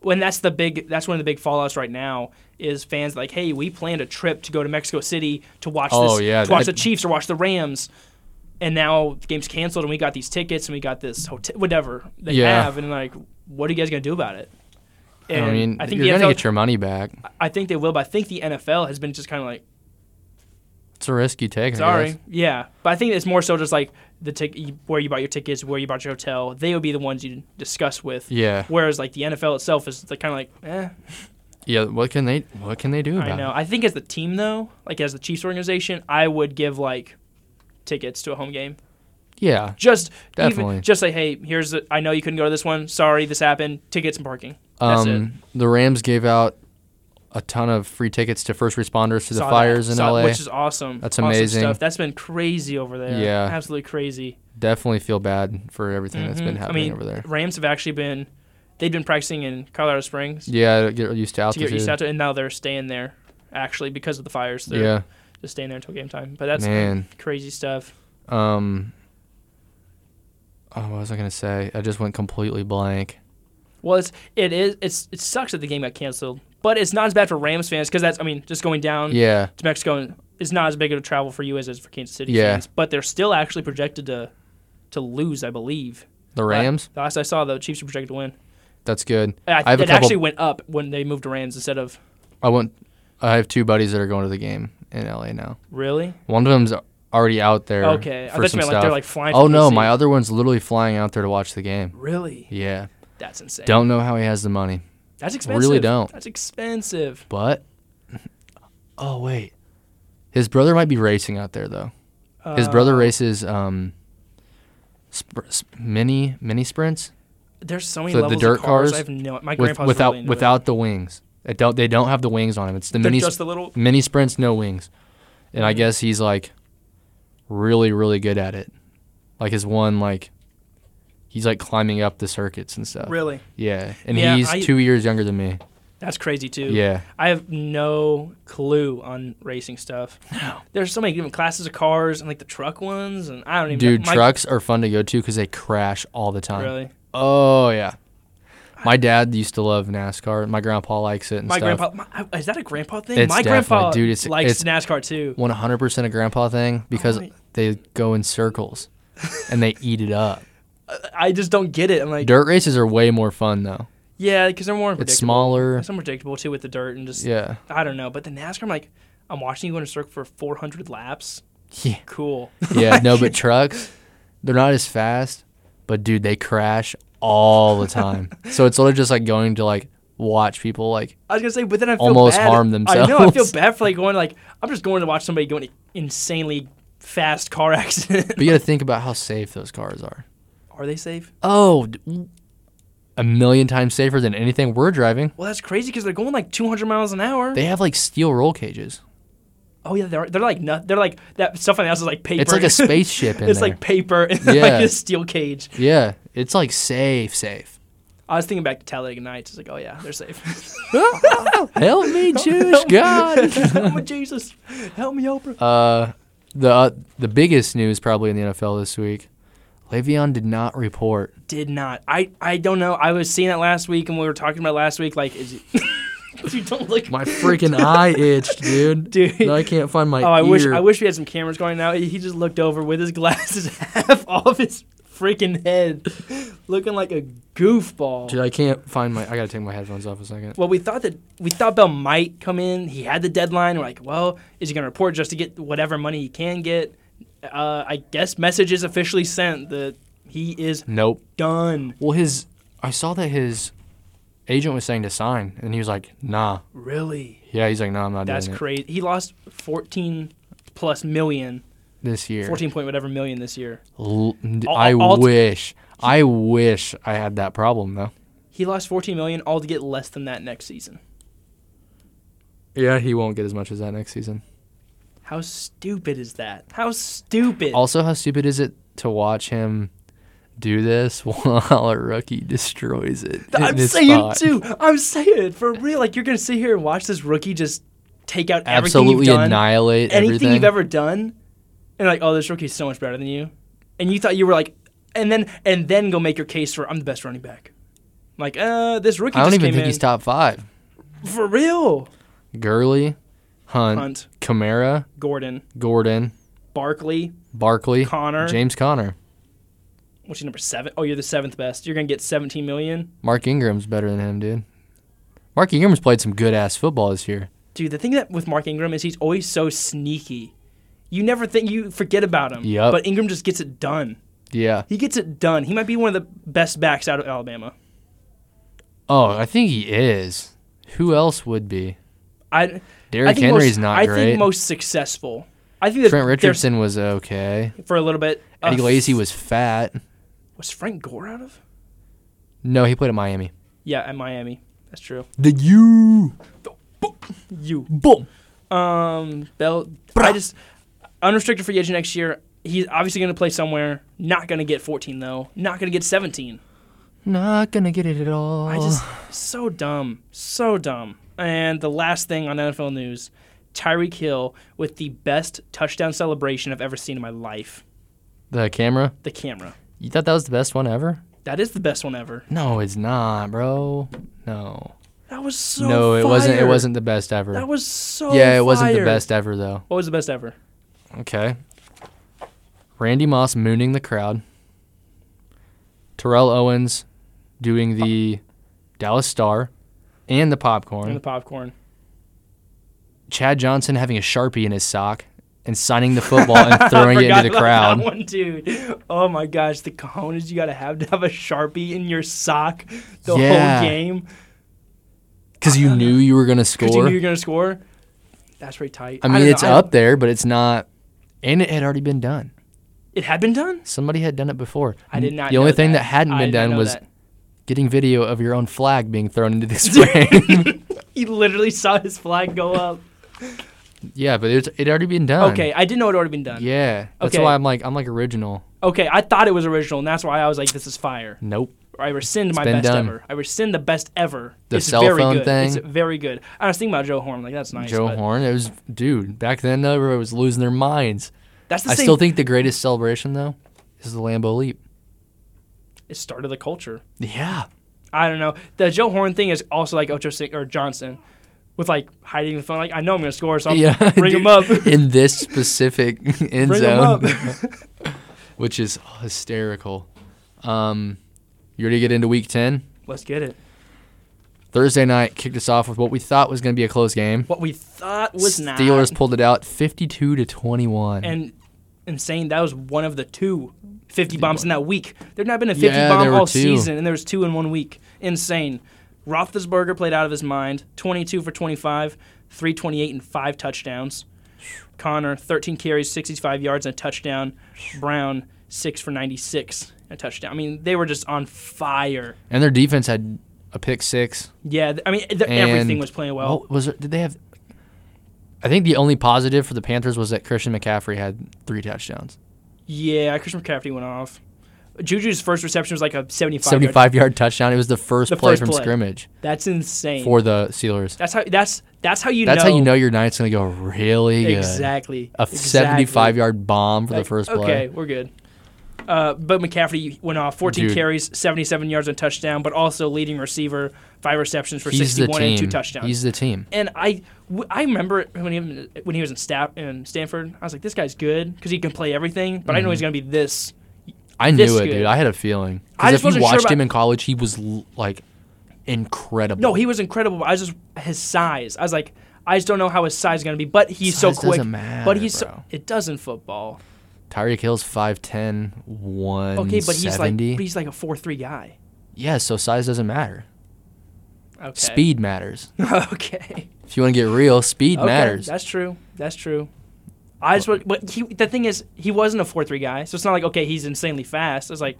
When that's the big, that's one of the big fallouts right now is fans like, hey, we planned a trip to go to Mexico City to watch
Oh,
this,
yeah,
to watch
that-
the Chiefs or watch the Rams. And now the game's canceled, and we got these tickets, and we got this hotel, whatever they
Yeah.
have, and like, what are you guys gonna do about it? And
I mean,
I think
you're
the
gonna
NFL,
get your money back.
I think they will, but I think the NFL has been just kind of like,
It's a risk you take. I
Sorry.
guess.
Yeah, but I think it's more so just like the tic- where you bought your tickets, where you bought your hotel. They would be the ones you discuss with.
Yeah.
Whereas like the NFL itself is like, kind of like, eh,
Yeah. What can they What can they do about
I know.
it?
I think as the team though, like as the Chiefs organization, I would give like tickets to a home game.
Yeah.
Just even-
Definitely.
just say, hey, here's the, I know you couldn't go to this one. Sorry, this happened. Tickets and parking. That's it.
Um, the Rams gave out a ton of free tickets to first responders to the
Saw that.
fires in
Saw-
LA.
which is awesome.
That's
Awesome
amazing.
stuff. That's been crazy over there.
Yeah.
absolutely crazy.
Definitely feel bad for everything that's been
Mhm.
happening
I mean,
over there.
Rams have actually been they'd been practicing in Colorado Springs
Yeah, get used to
to
altitude.
get used to, it, and now they're staying there actually because of the fires. They're
yeah,
just staying there until game time. But that's
man.
crazy stuff.
Um, oh, what was I gonna say? I just went completely blank.
Well, it's it is it's it sucks that the game got canceled, but it's not as bad for Rams fans because that's I mean just going down
Yeah,
to Mexico is not as big of a travel for you as it is for Kansas City
Yeah.
fans. But they're still actually projected to to lose, I believe.
the Rams.
The last I saw, the Chiefs were projected to win.
That's good.
I,
I have a
it
couple-
actually went up when they moved to Rams instead of
I went. I have two buddies that are going to the game in LA now.
really.
One of them's already out there.
Okay, I
for
bet you
some
meant like
stuff.
they're like flying.
oh
to
no,
DC.
my other one's literally flying out there to watch the game.
really
Yeah,
that's insane.
don't know how he has the money,
that's expensive.
really don't.
That's expensive.
but oh wait, his brother might be racing out there though. His brother
Uh,
races um, sp- sp- mini mini sprints.
There's so many
the- the
levels
dirt
of cars.
cars
I have no. My
with,
grandpa's
without
really into it.
without the wings. It don't they don't have the wings on him. It's the
They're
mini
just the little.
mini sprints, no wings. And I
Mhm.
guess he's like really really good at it. Like his one like he's like climbing up the circuits and stuff.
Really,
Yeah, and
Yeah,
he's
I-
2 years younger than me.
that's crazy too.
Yeah.
I have no clue on racing stuff. No. There's so many different classes of cars and like the truck ones and I don't even
Dude,
know. My-
trucks are fun to go to cuz they crash all the time.
Really?
Oh yeah. My dad used to love NASCAR. My grandpa likes it and
My
stuff.
grandpa my, is that a grandpa thing?
It's
my
definitely-
grandpa
dude, it's-
likes
it's-
NASCAR too.
100% a grandpa thing because
my-
they go in circles and they eat it up.
I just don't get it. I'm like,
Dirt races are way more fun though.
yeah, because they're more unpredictable.
It's smaller.
It's unpredictable too with the dirt and just
Yeah.
I don't know. But the NASCAR, I'm like, I'm watching you go in a circle for 400 laps.
Yeah.
Cool.
Yeah. No, but trucks, they're not as fast, but dude, they crash all the time. so it's literally just like going to like watch people like
I was gonna say, but then I feel
Almost
bad.
harm
I know. I feel
themselves.
bad for like going like I'm just going to watch somebody go in an insanely fast car accident.
but you got to think about how safe those cars are.
Are they safe?
Oh, d- a million times safer than anything we're driving.
Well, that's crazy because they're going like 200 miles an hour.
They have like steel roll cages.
oh yeah, they're they're like no, they're like that stuff on the house is like paper.
It's like a spaceship in
it's
there.
like paper and
Yeah.
like a steel cage.
yeah, it's like safe, safe.
I was thinking back to Talladega Nights. It's like, oh yeah, they're safe.
Help me, Jewish God.
oh, Jesus, help me, Oprah.
Uh, the uh, the biggest news probably in the NFL this week, Le'Veon did not report.
Did not. I I don't know. I was seeing that last week, and we were talking about last week. Like, is it? you don't look.
My freaking eye itched, dude.
Dude.
No, I can't find my
Oh, I
ear.
wish I wish we had some cameras going now. He just looked over with his glasses half off his freaking head, looking like a goofball.
Dude, I can't find my. I gotta take my headphones off a second.
Well, we thought that we thought Bell might come in. He had the deadline. We're like, well, is he going to report just to get whatever money he can get? Uh, I guess message is officially sent that he is
Nope.
done.
Well, his. I saw that his agent was saying to sign, and he was like, "Nah."
Really?
Yeah, he's like, "No, I'm not
That's
doing
crazy. He lost 14 plus million,
it this year."
14 point whatever million this year.
L- n-
All-
I
all-
wish. I wish I had that problem though.
He lost 14 million all to get less than that next season.
Yeah, he won't get as much as that next season.
How stupid is that? How stupid.
Also, how stupid is it to watch him do this while a rookie destroys it?
I'm
in his
saying
spot?
too. I'm saying it for real. Like you're gonna sit here and watch this rookie just take out everything you've
Absolutely
done,
annihilate
anything
everything.
you've ever done, and like, oh, this rookie's so much better than you, and you thought you were like, and then and then go make your case for I'm the best running back. Like, uh, this rookie.
I don't
just
even
came
think
in.
he's top five.
for real.
Gurley, Hunt,
Hunt,
Kamara,
Gordon,
Gordon,
Barkley,
Barkley,
Connor.
James Connor.
what's your number seven? Oh, you're the seventh best. You're gonna get 17 million,
Mark Ingram's better than him, dude. Mark Ingram's played some good ass football this year.
dude. The thing that with Mark Ingram is he's always so sneaky. You never think you forget about him.
Yup.
But Ingram just gets it done.
Yeah.
He gets it done. He might be one of the best backs out of Alabama.
Oh, I think he is. Who else would be?
I I
Derrick
think
Henry's
most,
not
I
great.
think most successful. I think that
Trent
there's-
Richardson was okay.
for a little bit.
Eddie
uh,
Lacy was fat.
was Frank Gore out of?
No, he played at Miami.
Yeah, at Miami. That's true.
The you
You
boom.
um Bell. I just unrestricted free agent next year. He's obviously going to play somewhere. Not going to get 14 though. Not going to get 17.
Not gonna get it at all.
I just so dumb, so dumb. And the last thing on NFL news, Tyreek Hill with the best touchdown celebration I've ever seen in my life.
the camera.
The camera.
You thought that was the best one ever?
That is the best one ever.
No, it's not, bro. No.
That was so.
no, it wasn't. It
fire.
wasn't the best ever.
That was so.
yeah, it wasn't the
fire.
best ever though.
What was the best ever?
Okay. Randy Moss mooning the crowd. Terrell Owens doing the Dallas Star and the
And the
popcorn.
popcorn.
Chad Johnson having a Sharpie in his sock and signing the football and throwing
I
it
forgot
into the
about
crowd.
That one, dude. Oh my gosh, the cojones you gotta have to have a sharpie in your sock the
Yeah.
whole game
Because you knew you were going to
because you
score.
knew you're gonna score. That's pretty tight.
I mean,
don't
it's
know, I-
up there, but it's not. And it had already been done.
It had been done.
Somebody had done it before.
I did not.
The only
know
thing that,
that
hadn't
I
been
did not
done
know
was
that.
getting video of your own flag being thrown into the spring.
he literally saw his flag go up.
yeah, but it's it already been done.
Okay, I didn't know it had already been done.
Yeah, that's
Okay.
why I'm like I'm like original.
Okay, I thought it was original, and that's why I was like, "This is fire."
Nope.
I rescind my
been
best
done.
ever. I rescind the best ever.
The
it's
cell
very
phone
good.
thing?
It's very good. I was thinking about Joe Horn. Like that's nice.
Joe
but
Horn. It was dude back then. Everybody was losing their minds.
That's the
I
same.
still think the greatest celebration though is the Lambo leap.
it started the culture.
Yeah.
I don't know. The Joe Horn thing is also like Ocho Cinco or Johnson, with like hiding the phone. Like I know I'm gonna score, so I'm
Yeah.
yeah, bring
dude,
him up.
in this specific end
Bring him
zone,
up.
which is hysterical. Um, you ready to get into Week Ten?
Let's get it.
Thursday night kicked us off with what we thought was going to be a close game.
What we thought was not.
Steelers pulled it out, fifty-two to twenty-one.
and insane. That was one of the two 50 bombs in that week. There'd not been a 50
Yeah,
bomb
there were
all
two.
season, and there was two in one week. Insane. Roethlisberger played out of his mind. 22 for 25, 328 and five touchdowns. Connor 13 carries, 65 yards and a touchdown. Brown six for 96 and a touchdown. I mean, they were just on fire.
and their defense had a pick six.
Yeah, th- I mean,
And-
th-
oh.
everything was playing well.
What was it? Did they have? I think the only positive for the Panthers was that Christian McCaffrey had three touchdowns,
Yeah, Christian McCaffrey went off. Juju's first reception was like a 75. yard-
seventy-five yard touchdown. It was the first
The
play
first
from
play.
scrimmage
That's insane.
for the Steelers.
That's how. That's that's how you.
That's
know.
how you know your night's gonna go really good.
exactly.
A seventy-five yard bomb for the first play.
Okay, we're good. Uh, but McCaffrey went off 14
Dude.
carries, 77 yards and a touchdown, but also leading receiver, five receptions for
He's the
61
team.
and two touchdowns.
He's the team.
and I, w- I remember when he when he was in staff in Stanford, I was like, this guy's good because he can play everything, but I
Mm-hmm.
know he's gonna be this.
I knew
This
it,
good.
dude. I had a feeling. Because
I just
if you
wasn't sure
watched him
about-
in college, he was l- like incredible.
No, he was incredible. But I was just his size. I was like, I just don't know how his size is gonna be, but he's so
Size doesn't
quick.
matter,
but he's
bro.
so, it does not football.
Tyreek Hill's 5'10", 170.
Okay, but he's like but he's like a four three guy.
yeah, so size doesn't matter.
Okay.
Speed matters.
okay.
If you want to get real, speed
Okay,
matters.
That's true. That's true. I just would, but he, the thing is, he wasn't a four three guy, so it's not like okay, he's insanely fast. It's like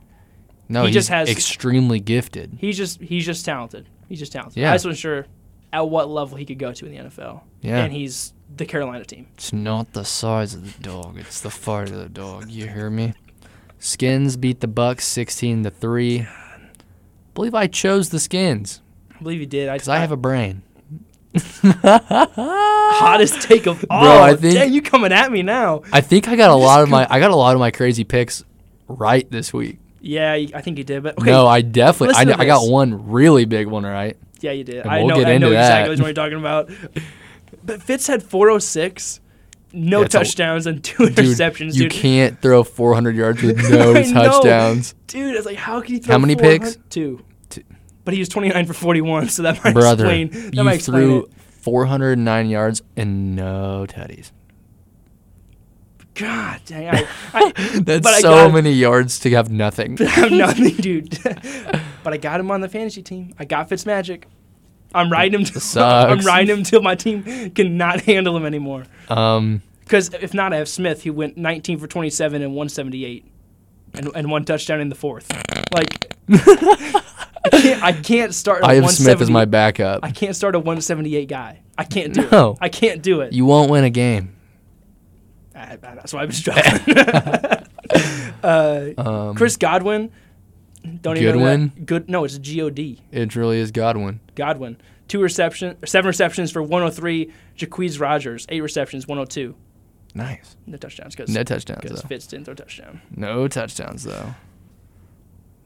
No,
he
he's
just has-
extremely gifted.
he's just he's just talented. He's just talented.
Yeah.
I just wasn't sure at what level he could go to in the NFL.
Yeah.
And he's the Carolina team.
It's not the size of the dog; it's the fart of the dog. You hear me? Skins beat the Bucks sixteen to three. Believe I chose the Skins
I believe he did.
because I have a brain.
hottest take of all.
I think-
Dang, you coming at me now?
I think I got a lot of my I got a lot of my crazy picks right this week.
Yeah, you- I think you did. But okay,
no, I definitely I,
listen to
I got
this.
one really big one right.
yeah, you did.
And
I
we'll
know.
get
I know
into that.
exactly what you're talking about. But Fitz had 406, no
Yeah, it's a-
touchdowns and two interceptions.
you
Dude,
can't throw 400 yards with no
I know.
touchdowns.
Dude, it's like, how can you throw
How many
400?
picks?
Two.
Two.
But he was 29 for 41, so that might
Brother,
explain. That
you
might explain
threw
it.
409 yards and no tutties.
God dang, I, I,
That's
but I
so
got,
many yards to have nothing.
I'm nothing, dude. but I got him on the fantasy team. I got Fitzmagic. I'm riding him. Till, I'm
Sucks.
riding him till my team cannot handle him anymore.
Um,
Because if not, I have Smith, who went 19 for 27 and 178, and, and one touchdown in the fourth. Like, I, can't, I can't start. a
I have Smith as
178
my backup.
I can't start a 178 guy. I can't do
No.
it. I can't do it.
You won't win a game. Um,
I- I- that's why I was struggling. uh, Chris Godwin Don't even
Goodwin?
remember that. Good. No, it's G O D.
It really is Godwin.
Godwin. Two reception, seven receptions for 103. Jaquez Rogers, eight receptions, 102.
Nice.
No touchdowns. Cause,
No touchdowns
Because
though.
Fitz didn't throw a touchdown.
No touchdowns though.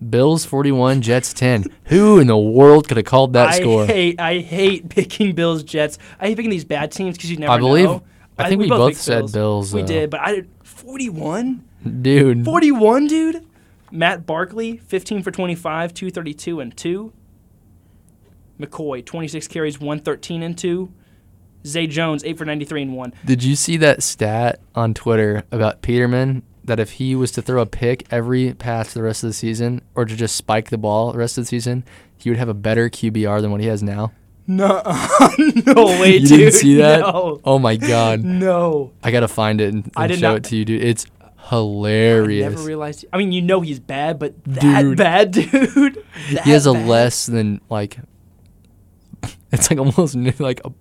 Bills 41, Jets 10. Who in the world could have called that
I
score?
hate. I hate picking Bills Jets. I hate picking these bad teams because you never.
I believe-
know.
I think we both
picked
said Bills, uh,
We
though.
did, but I did 41.
Dude.
41, dude. Matt Barkley, 15 for 25, 232 and 2. McCoy, 26 carries, 113 and 2. Zay Jones, 8 for 93 and 1.
Did you see that stat on Twitter about Peterman that if he was to throw a pick every pass for the rest of the season or to just spike the ball the rest of the season, he would have a better QBR than what he has now?
No, no way,
you
dude.
didn't see that?
No.
Oh my god.
No.
I got to find it and,
I
and
did
show
not-
it to you, dude. It's
I
hilarious.
never realized. I mean, you know he's bad, but that
Dude.
bad, dude.
he has a
That bad.
less than like it's like almost new, like a,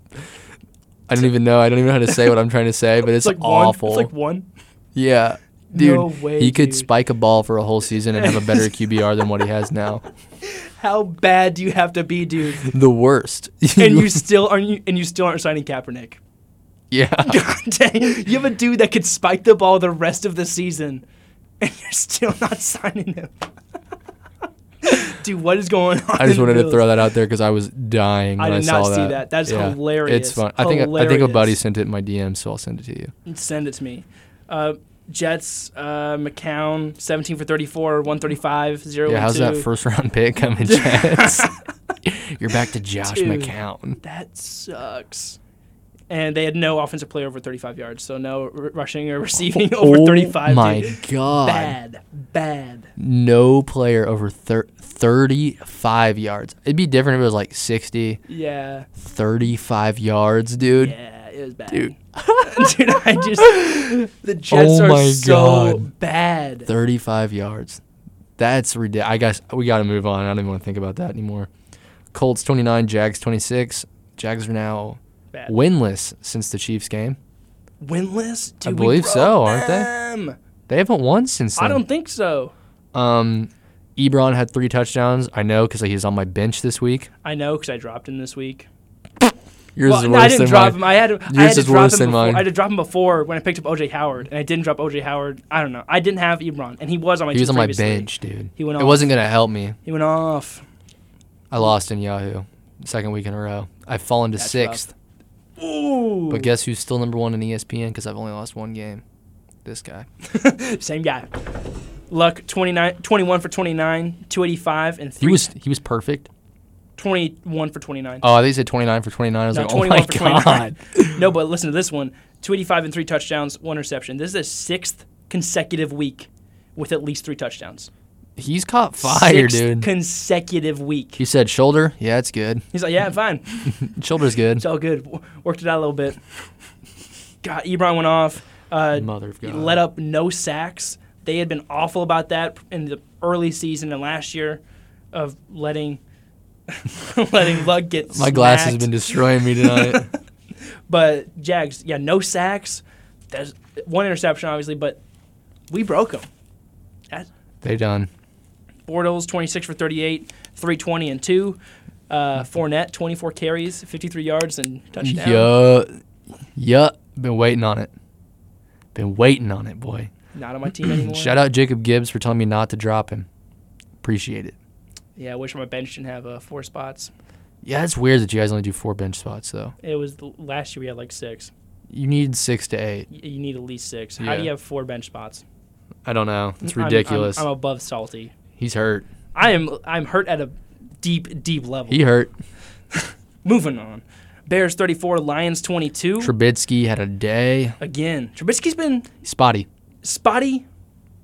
I don't even know. I don't even know how to say what I'm trying to say, but it's,
It's like
awful.
one. It's like one.
Yeah. Dude,
No way,
he could
dude.
spike a ball for a whole season and have a better QBR than what he has now.
How bad do you have to be, dude?
The worst.
And you still aren't. You, and you still aren't signing Kaepernick.
yeah.
God dang. You have a dude that could spike the ball the rest of the season, and you're still not signing him. dude, what is going on?
I just
in the
wanted to
Bills?
throw that out there because I was dying
I
when I,
did
saw
not see
that.
that. That's hilarious.
It's fun. I think I think a buddy
Hilarious.
sent it in my DM, so I'll send it to you.
Send it to me. Uh, Jets, uh, McCown, 17 for 34, 135, 0
Yeah,
and
how's that
two.
first round pick coming, Jets? You're back to Josh
Dude.
McCown.
That sucks. And they had no offensive player over 35 yards, so no r- rushing or receiving over
Oh
35.
my
dude.
god.
Bad. Bad.
No player over thir- 35 yards. It'd be different if it was like 60,
Yeah.
35 yards, dude.
Yeah, it was bad.
Dude.
Dude, I just the Jets
Oh my
are so
God.
bad.
35 yards. That's ridiculous. I guess we got to move on. I don't even want to think about that anymore. Colts 29, Jags 26. Jags are now
bad.
winless since the Chiefs game.
Winless? Dude, we
believe so,
broke
aren't they?
them.
They haven't won since then.
I don't think so.
Um, Ebron had three touchdowns. I know because he's on my bench this week.
I know because I dropped him this week.
Yours
well,
is
no,
worse
I didn't
than
drop
mine.
him. I had, I
Yours
had to
is
drop
worse
him
than
before.
mine.
I had to drop him before when I picked up OJ Howard, and I didn't drop OJ Howard. I don't know. I didn't have Ebron, and he was on my.
He was
team
on my
previously.
bench, dude.
He went
It
off.
wasn't gonna help me.
He went off.
I lost in Yahoo, second week in a row. I've fallen to
That's
sixth.
Ooh.
But guess who's still number one in E ESPN? Because I've only lost one game. This guy.
Same guy. Luck 29, 21 for 29, 285, and
He
three,
was he was perfect.
21 for 29.
Oh, I think he said 29 for 29. I was
No,
like, oh
21
my
for 29.
god.
no, but listen to this one 285 and three touchdowns, one interception. This is the sixth consecutive week with at least three touchdowns.
He's caught fire,
Sixth
dude.
consecutive week.
he said shoulder. Yeah, it's good.
He's like, yeah, I'm fine.
Shoulder's good.
It's all good. W- Worked it out a little bit. God, Ebron went off. Uh,
Mother of God.
Let up no sacks. They had been awful about that in the early season and last year of letting letting Luck get
my glass has
smacked.
been destroying me tonight.
But Jags, yeah, no sacks. There's one interception, obviously, but we broke them.
they done.
Bortles, 26 for 38, 320 and two. Uh, Fournette, 24 carries, 53 yards and touchdown.
Yeah. Yeah. Been waiting on it. Been waiting on it, boy.
Not on my team anymore.
Shout out Jacob Gibbs for telling me not to drop him. Appreciate it.
Yeah, I wish my bench didn't have uh, four spots.
Yeah, it's weird that you guys only do four bench spots though.
It was the- last year we had like six.
You need six to eight.
Y- You need at least six. How
Yeah.
do you have four bench spots?
I don't know. It's
I'm- I'm-
ridiculous.
I'm, above salty.
He's hurt.
I am. I'm hurt at a deep, deep level.
He hurt.
Moving on. Bears 34, Lions 22.
Trubisky had a day.
Again, Trubisky's been
Spotty.
spotty.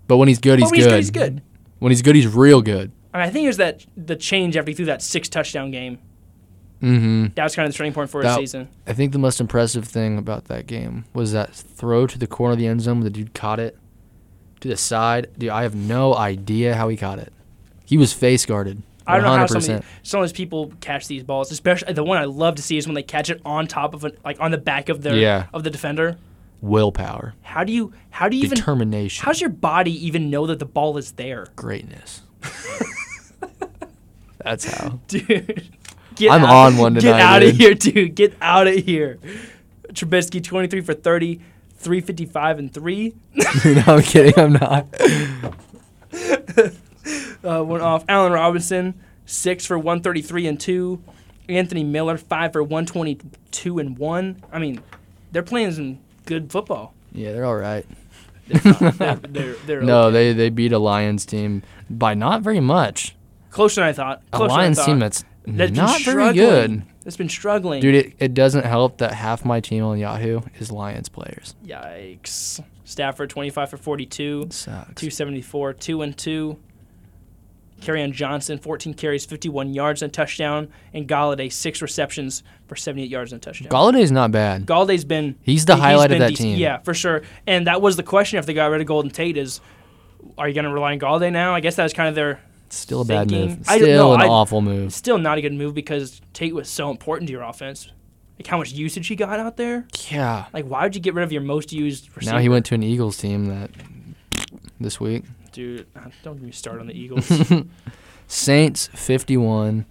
But when he's good, he's,
but when he's
good.
good, he's good.
When he's good, he's real good.
I, mean, I think it was that the change after he threw that six touchdown game.
Mm-hmm.
That was kind of the turning point for his
That-
season.
I think the most impressive thing about that game was that throw to the corner of the end zone. where The dude caught it to the side. Dude, I have no idea how he caught it. He was face guarded.
I don't know how some of,
100%.
these, some of these people catch these balls. Especially the one I love to see is when they catch it on top of an, like on the back of their
Yeah.
of the defender.
Willpower,
How do you how do you even
determination,
How's your body even know that the ball is there?
greatness. That's how.
dude. Get
I'm
out-
on one
Get
tonight,
out of
dude.
here, dude. Get out of here. Trubisky, 23 for 30, 355 and 3.
no, I'm kidding. I'm not.
Uh, one off. Allen Robinson, 6 for 133 and 2. Anthony Miller, 5 for 122 and 1. I mean, they're playing some good football.
Yeah, they're all right.
They're, not- they're, they're, they're
No,
okay.
they they beat a Lions team by not very much.
closer than I thought.
A
Closer
Lions
than I
team
thought.
that's,
That's been
not very
struggling.
good.
It's been struggling.
Dude, it, it doesn't help that half my team on Yahoo is Lions players.
Yikes. Stafford, 25 for 42.
It sucks.
274, 2 and 2. Carrion Johnson, 14 carries, 51 yards and touchdown. And Galladay, six receptions for 78 yards and touchdown.
Galladay's not bad.
Galladay's been.
He's the highlight of
been
that
dec-
team.
Yeah, for sure. And that was the question after they got rid of Golden Tate is, are you going to rely on Galladay now? I guess that was kind of their.
Still a bad
Thinking-
move.
I don't
Still
know,
an
I-
awful move.
Still not a good move because Tate was so important to your offense. Like how much usage he got out there.
Yeah.
Like why would you get rid of your most used receiver?
Now he went to an Eagles team that this week.
Dude, uh, don't get me started on the Eagles.
Saints 51,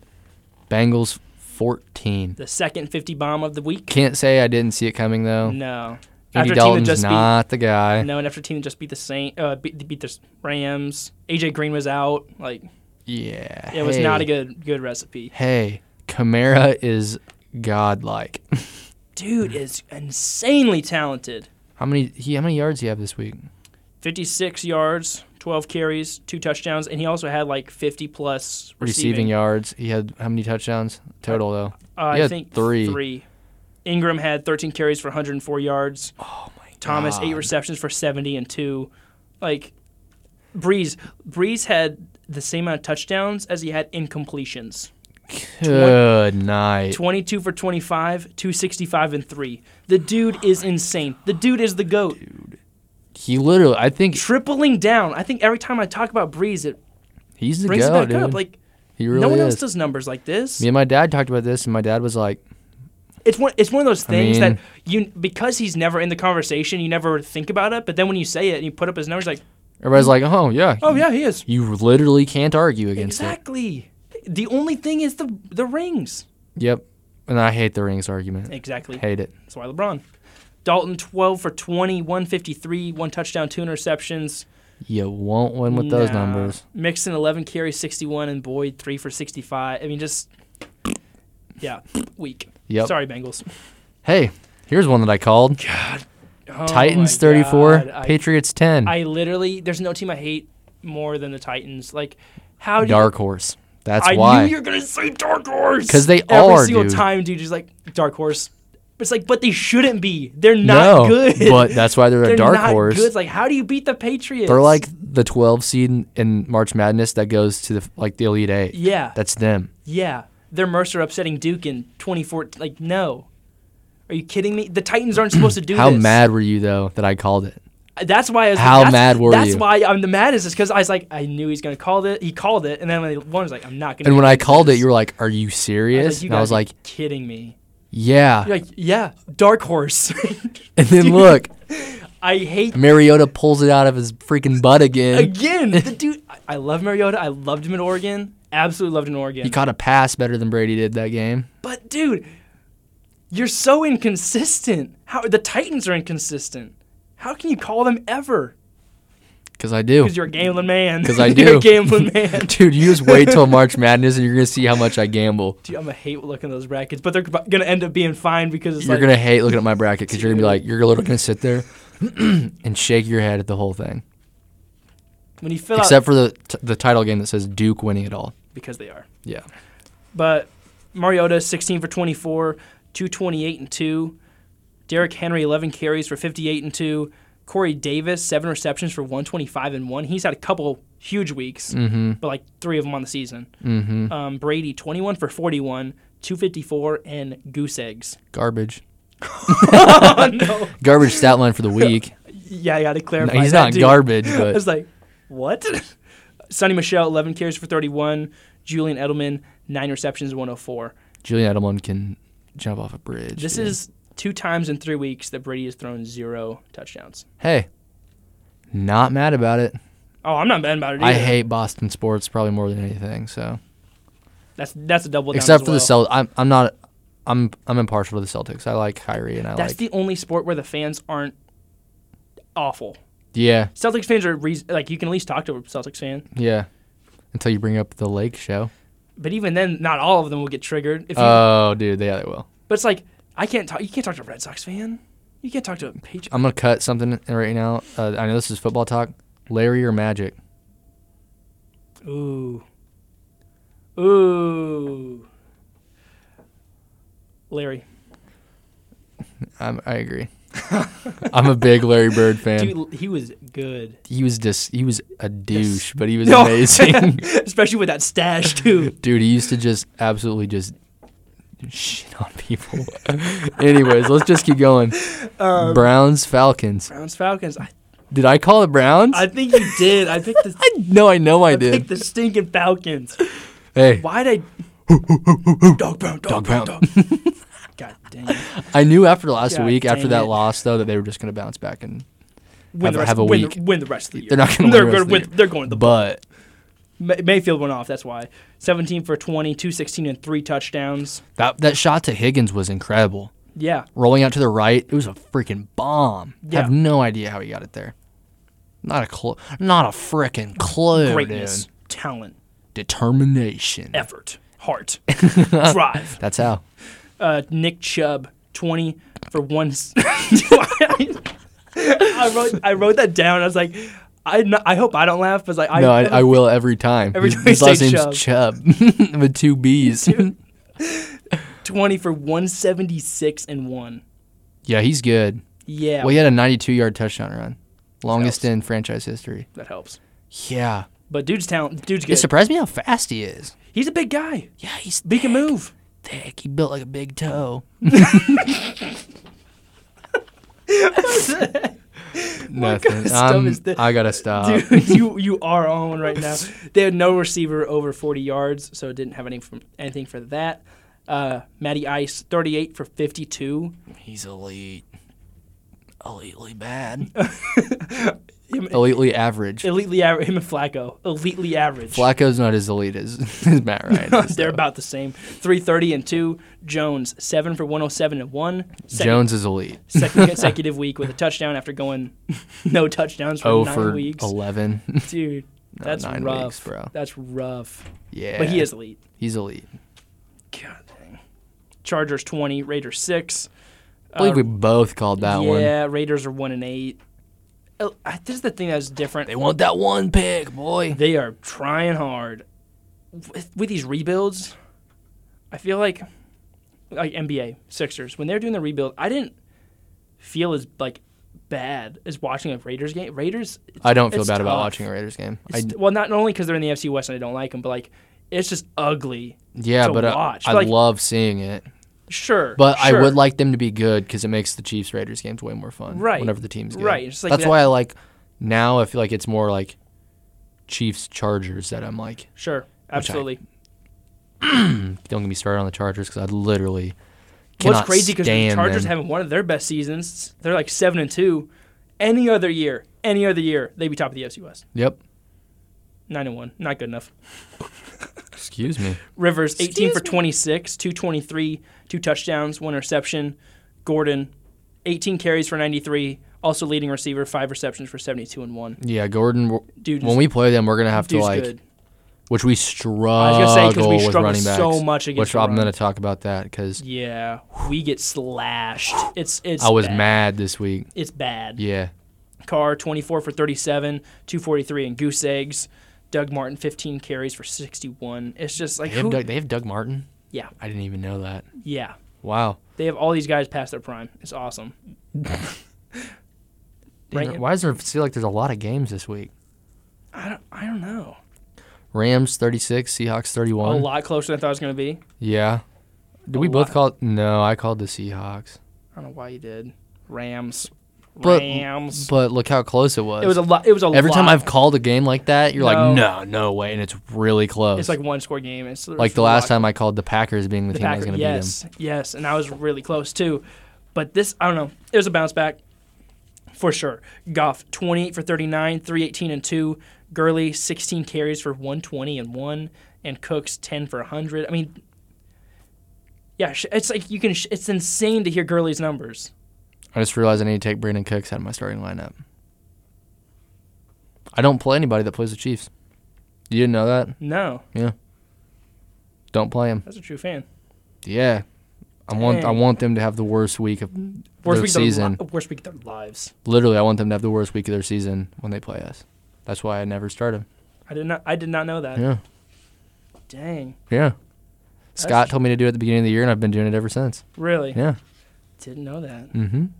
Bengals 14.
the second 50 bomb of the week.
Can't say I didn't see it coming though.
No.
Andy
After a team that
Dalton's
just beat-
not the guy.
No, and after team just beat the Saint, uh, beat, beat the Rams. AJ Green was out. Like
Yeah.
it was
hey.
not a good good recipe.
Hey, Kamara is godlike.
Dude is insanely talented.
How many he how many yards he have this week?
56 yards, 12 carries, two touchdowns, and he also had like 50 plus
Receiving,
receiving.
yards. He had how many touchdowns total though?
Uh,
He
I
had
think
three.
Three. Ingram had 13 carries for 104 yards.
Oh my
Thomas eight receptions for 70 and two. Like Breeze, Breeze had the same amount of touchdowns as he had incompletions.
Good night.
22 for 25, 265 and 3. The dude is insane. The dude is the goat.
He literally I think
Tripling down. I think every time I talk about Breeze, it
he's the
brings it
go,
back
dude.
up. Like
he really
no one
is.
else does numbers like this.
Me and my dad talked about this and my dad was like,
It's one it's one of those
I
things
mean-
that you because he's never in the conversation, you never think about it, but then when you say it and you put up his numbers like,
Everybody's like, oh yeah,
"Oh yeah, he is."
you literally can't argue against
Exactly. The only thing is the the rings.
it. Yep, and I hate the rings argument.
Exactly.
Hate it.
That's why LeBron. Dalton 12 for 20, 153, one touchdown, two interceptions.
You won't win with those
Nah.
numbers.
Mixon 11 carries, 61, and Boyd 3 for 65. I mean, just, yeah, weak.
Yep.
Sorry, Bengals.
Hey, here's one that I called:
Oh
Titans
my
34,
God. I,
Patriots 10.
I literally, there's no team I hate more than the Titans. Like, how do
Dark horse. That's
I knew
why.
you were going to say Dark Horse.
'Cause they
Every
are,
single
dude.
time, dude, just like, Dark Horse. It's like, but they shouldn't be. They're
No,
not good.
but that's why they're,
They're
a dark
not
horse.
good. Like, how do you beat the Patriots?
They're like the 12 seed in- in March Madness that goes to the like the Elite Eight.
yeah,
That's them.
yeah. They're Mercer upsetting Duke in 2014. Like, no. Are you kidding me? The Titans aren't supposed to do
How
this.
mad were you though that I called it?
That's why I was.
How
that's,
mad were
that's
you?
why I'm the maddest is because I was like, I knew he's gonna call it. He called it, and then when he won, I was like, I'm not gonna.
And when
do
I called it,
this.
you were like, "Are you
I
serious?"
was like, you
and I
gotta
was
be
like,
kidding me.
"Yeah."
You're like, yeah, dark horse.
And then look,
I hate
Mariota pulls it out of his freaking butt again.
again the dude. I, I love Mariota. I loved him in Oregon. Absolutely loved him in Oregon.
He caught a pass better than Brady did that game.
But dude, you're so inconsistent. How the Titans are inconsistent. How can you call them ever?
Because I do.
Because you're a gambling man.
'Cause I
You're
do.
a gambling man.
Dude, you just wait till March Madness and you're going to see how much I gamble.
Dude, I'm gonna hate looking at those brackets, but they're gonna end up being fine because it's
You're
like
going to hate looking at my bracket because you're going to be like, you're literally going to sit there and shake your head at the whole thing.
when you fill out
Except for the, t- the title game that says Duke winning it all.
because they are.
Yeah.
But Mariota, 16 for 24, 228 and two. Derrick Henry, 11 carries for 58 and two. Corey Davis, seven receptions for 125 and one. He's had a couple huge weeks, but like three of them on the season.
Mm-hmm.
um, Brady, 21 for 41, 254, and goose eggs.
Garbage.
oh, no.
Garbage stat line for the week.
Yeah, I got to
No,
clarify.
he's
that,
not
dude.
garbage,
I
but
was like, what? Sonny Michelle, 11 carries for 31. Julian Edelman, 9 receptions, 104.
Julian Edelman can jump off a bridge.
This
dude.
is two times in three weeks that Brady has thrown zero touchdowns.
Hey, not mad about it.
Oh, I'm not mad about it. Either.
I hate Boston sports probably more than anything. So
that's that's a double. Down
except
as
for
well.
the Celt, I'm I'm not I'm I'm impartial to the Celtics. I like Kyrie and I
That's
like
the only sport where the fans aren't awful.
yeah
Celtics fans are reas like you can at least talk to a Celtics fan,
yeah. Until you bring up the Lake Show.
but even then, not all of them will get triggered. If you,
Oh, dude, yeah, they will.
but it's like I can't talk. You can't talk to a Red Sox fan. You can't talk to a Patriot.
I'm gonna cut something right now. Uh, I know this is football talk. Larry or Magic?
Ooh, ooh, Larry.
I'm, I agree. I'm a big Larry Bird fan.
Dude, he was good,
he was just he was a douche, but he was
No.
amazing.
especially with that stash too.
Dude, he used to just absolutely just shit on people. Anyways, let's just keep going.
Um,
Browns Falcons.
Browns Falcons. I,
Did I call it Browns?
I think you did. I picked the
I no, I know I,
I
did.
picked the stinking Falcons.
hey,
Why'd I? dog pound.
Dog
Dog, pound.
pound.
Dog. God dang. It.
I knew after last
God
week, after
dang
that
it.
loss though, that they were just gonna bounce back and
Win
Have-
the rest,
have a
win, The,
week.
win the rest of the year.
They're not gonna
They're
win the rest of the
win-
year.
They're going to the.
but
May- Mayfield went off. That's why. 17 for 20, 216 and three touchdowns.
that that shot to Higgins was incredible.
Yeah.
Rolling out to the right, it was a freaking bomb.
Yeah.
Have no idea how he got it there. Not a clue. Not a freaking clue.
Greatness,
dude.
talent,
Determination.
effort, heart, drive.
That's how.
Uh, Nick Chubb, 20 for one. s- I wrote. I wrote that down. I was like. I, n- I hope I don't laugh because like I
no, I, I will every time.
every
His-
time
His
you
last
say
name's Chubb with two B's.
20 for 176 and 1.
yeah, he's good.
Yeah.
Well, he had a 92 yard touchdown run, longest
That
in franchise history.
That helps.
Yeah,
But dude's talent, dude's
it
good.
surprised me how fast he is.
He's a big guy.
Yeah, he's
He can move.
thick. He built like a big toe. Nothing.
of stuff
I'm-
is thi-
I gotta stop.
Dude, you you are on one right now. They had no receiver over 40 yards, so didn't have any from, anything for that. Uh, Matty Ice, 38 for 52.
He's elite. Elitely bad.
Him,
Elitely average.
elitely average. Him and Flacco, elitely average.
Flacco's not as elite as, as Matt Ryan. is,
They're
though.
about the same. 330 and 2. Jones, 7 for 107 and 1. Second,
Jones is elite.
second consecutive week with a touchdown after going no touchdowns for
Oh
nine
for
weeks.
11.
Dude, that's
nine
rough.
weeks, bro.
That's rough.
yeah.
But he is elite.
He's elite.
God dang. Chargers 20, Raiders 6.
I believe we both called that one.
yeah, Raiders are 1 and 8. Oh, I- This is the thing that's different.
They want that one pick, boy.
They are trying hard. With, with these rebuilds, I feel like like NBA Sixers when they're doing the rebuild, I didn't feel as like bad as watching a Raiders game. Raiders
I don't feel
it's
bad about
tough.
watching a Raiders game. I,
It's- well, not only because they're in the FC West and I don't like them, but like it's just ugly.
yeah,
to
but I,
watch.
I
Like-
love seeing it.
Sure,
But I
sure.
would like them to be good because it makes the Chiefs Raiders games way more fun.
Right.
Whenever the team's good.
Right, it's like
That's
that-
why I like now. I feel like it's more like Chiefs Chargers that I'm like.
sure, absolutely.
Don't get me started on the Chargers because I literally cannot
What's crazy because
because
the Chargers
them.
having one of their best seasons. They're like seven and two. Any other year, any other year, they'd be top of the FC West.
Yep.
Nine and one, not good enough.
Excuse me.
Rivers, eighteen
Excuse
for
me.
twenty six, two twenty three, two touchdowns, one interception. Gordon, eighteen carries for ninety three. Also leading receiver, five receptions for seventy two and one.
Yeah, Gordon. w-
Dude,
When we play them, we're gonna have to
dude's
like,
good.
which we
was
struggle
gonna say, 'cause we
with
struggle
running backs.
so much against
which
the
I'm
run.
gonna talk about that because
Yeah, we get slashed. It's it's.
I was
bad.
mad this week.
It's bad.
Yeah.
Carr, 24 for 37, 243 and goose eggs. Doug Martin, 15 carries for 61. It's just like,
They have,
who,
Doug, they have Doug Martin?
yeah,
I didn't even know that.
yeah.
Wow.
They have all these guys past their prime. It's awesome. Right?
Why does there feel like there's a lot of games this week?
I don't, I don't know.
Rams 36, Seahawks 31.
A lot closer than I thought it was going to be.
Yeah. Did
A
we both
lot.
call it? No, I called the Seahawks.
I don't know why you did. Rams.
But-
Rams.
But look how close it was.
it was a lot. It was a
Every time
lot.
I've called a game like that, you're
No.
like, no, no way. And it's really close.
It's like one score game. It's
Like the last time I called the Packers being the,
the
team that was
Packers.
going to
Yes, yes, and I was really close too. But this, I don't know. It was a bounce back for sure. Goff, 28 for 39, 318 and 2, Gurley 16 carries for 120 and one, and Cooks 10 for 100. I mean, yeah, sh- it's like you can. Sh- it's insane to hear Gurley's numbers.
I just realized I need to take Brandon Cooks out of my starting lineup. I don't play anybody that plays the Chiefs. You didn't know that?
No,
Don't play him.
that's a true fan.
Yeah. I want I
Dang.
want them to have the worst week of
Worst
Their
week, of their li-
season.
worst week of their lives.
literally I want them to have the worst week of their season when they play us. That's why I never started.
I did not. I did not know that.
Yeah.
Dang.
Yeah.
That's
Scott
tr-
told me to do it at the beginning of the year and I've been doing it ever since.
Really?
Yeah.
Didn't know that.
Mhm.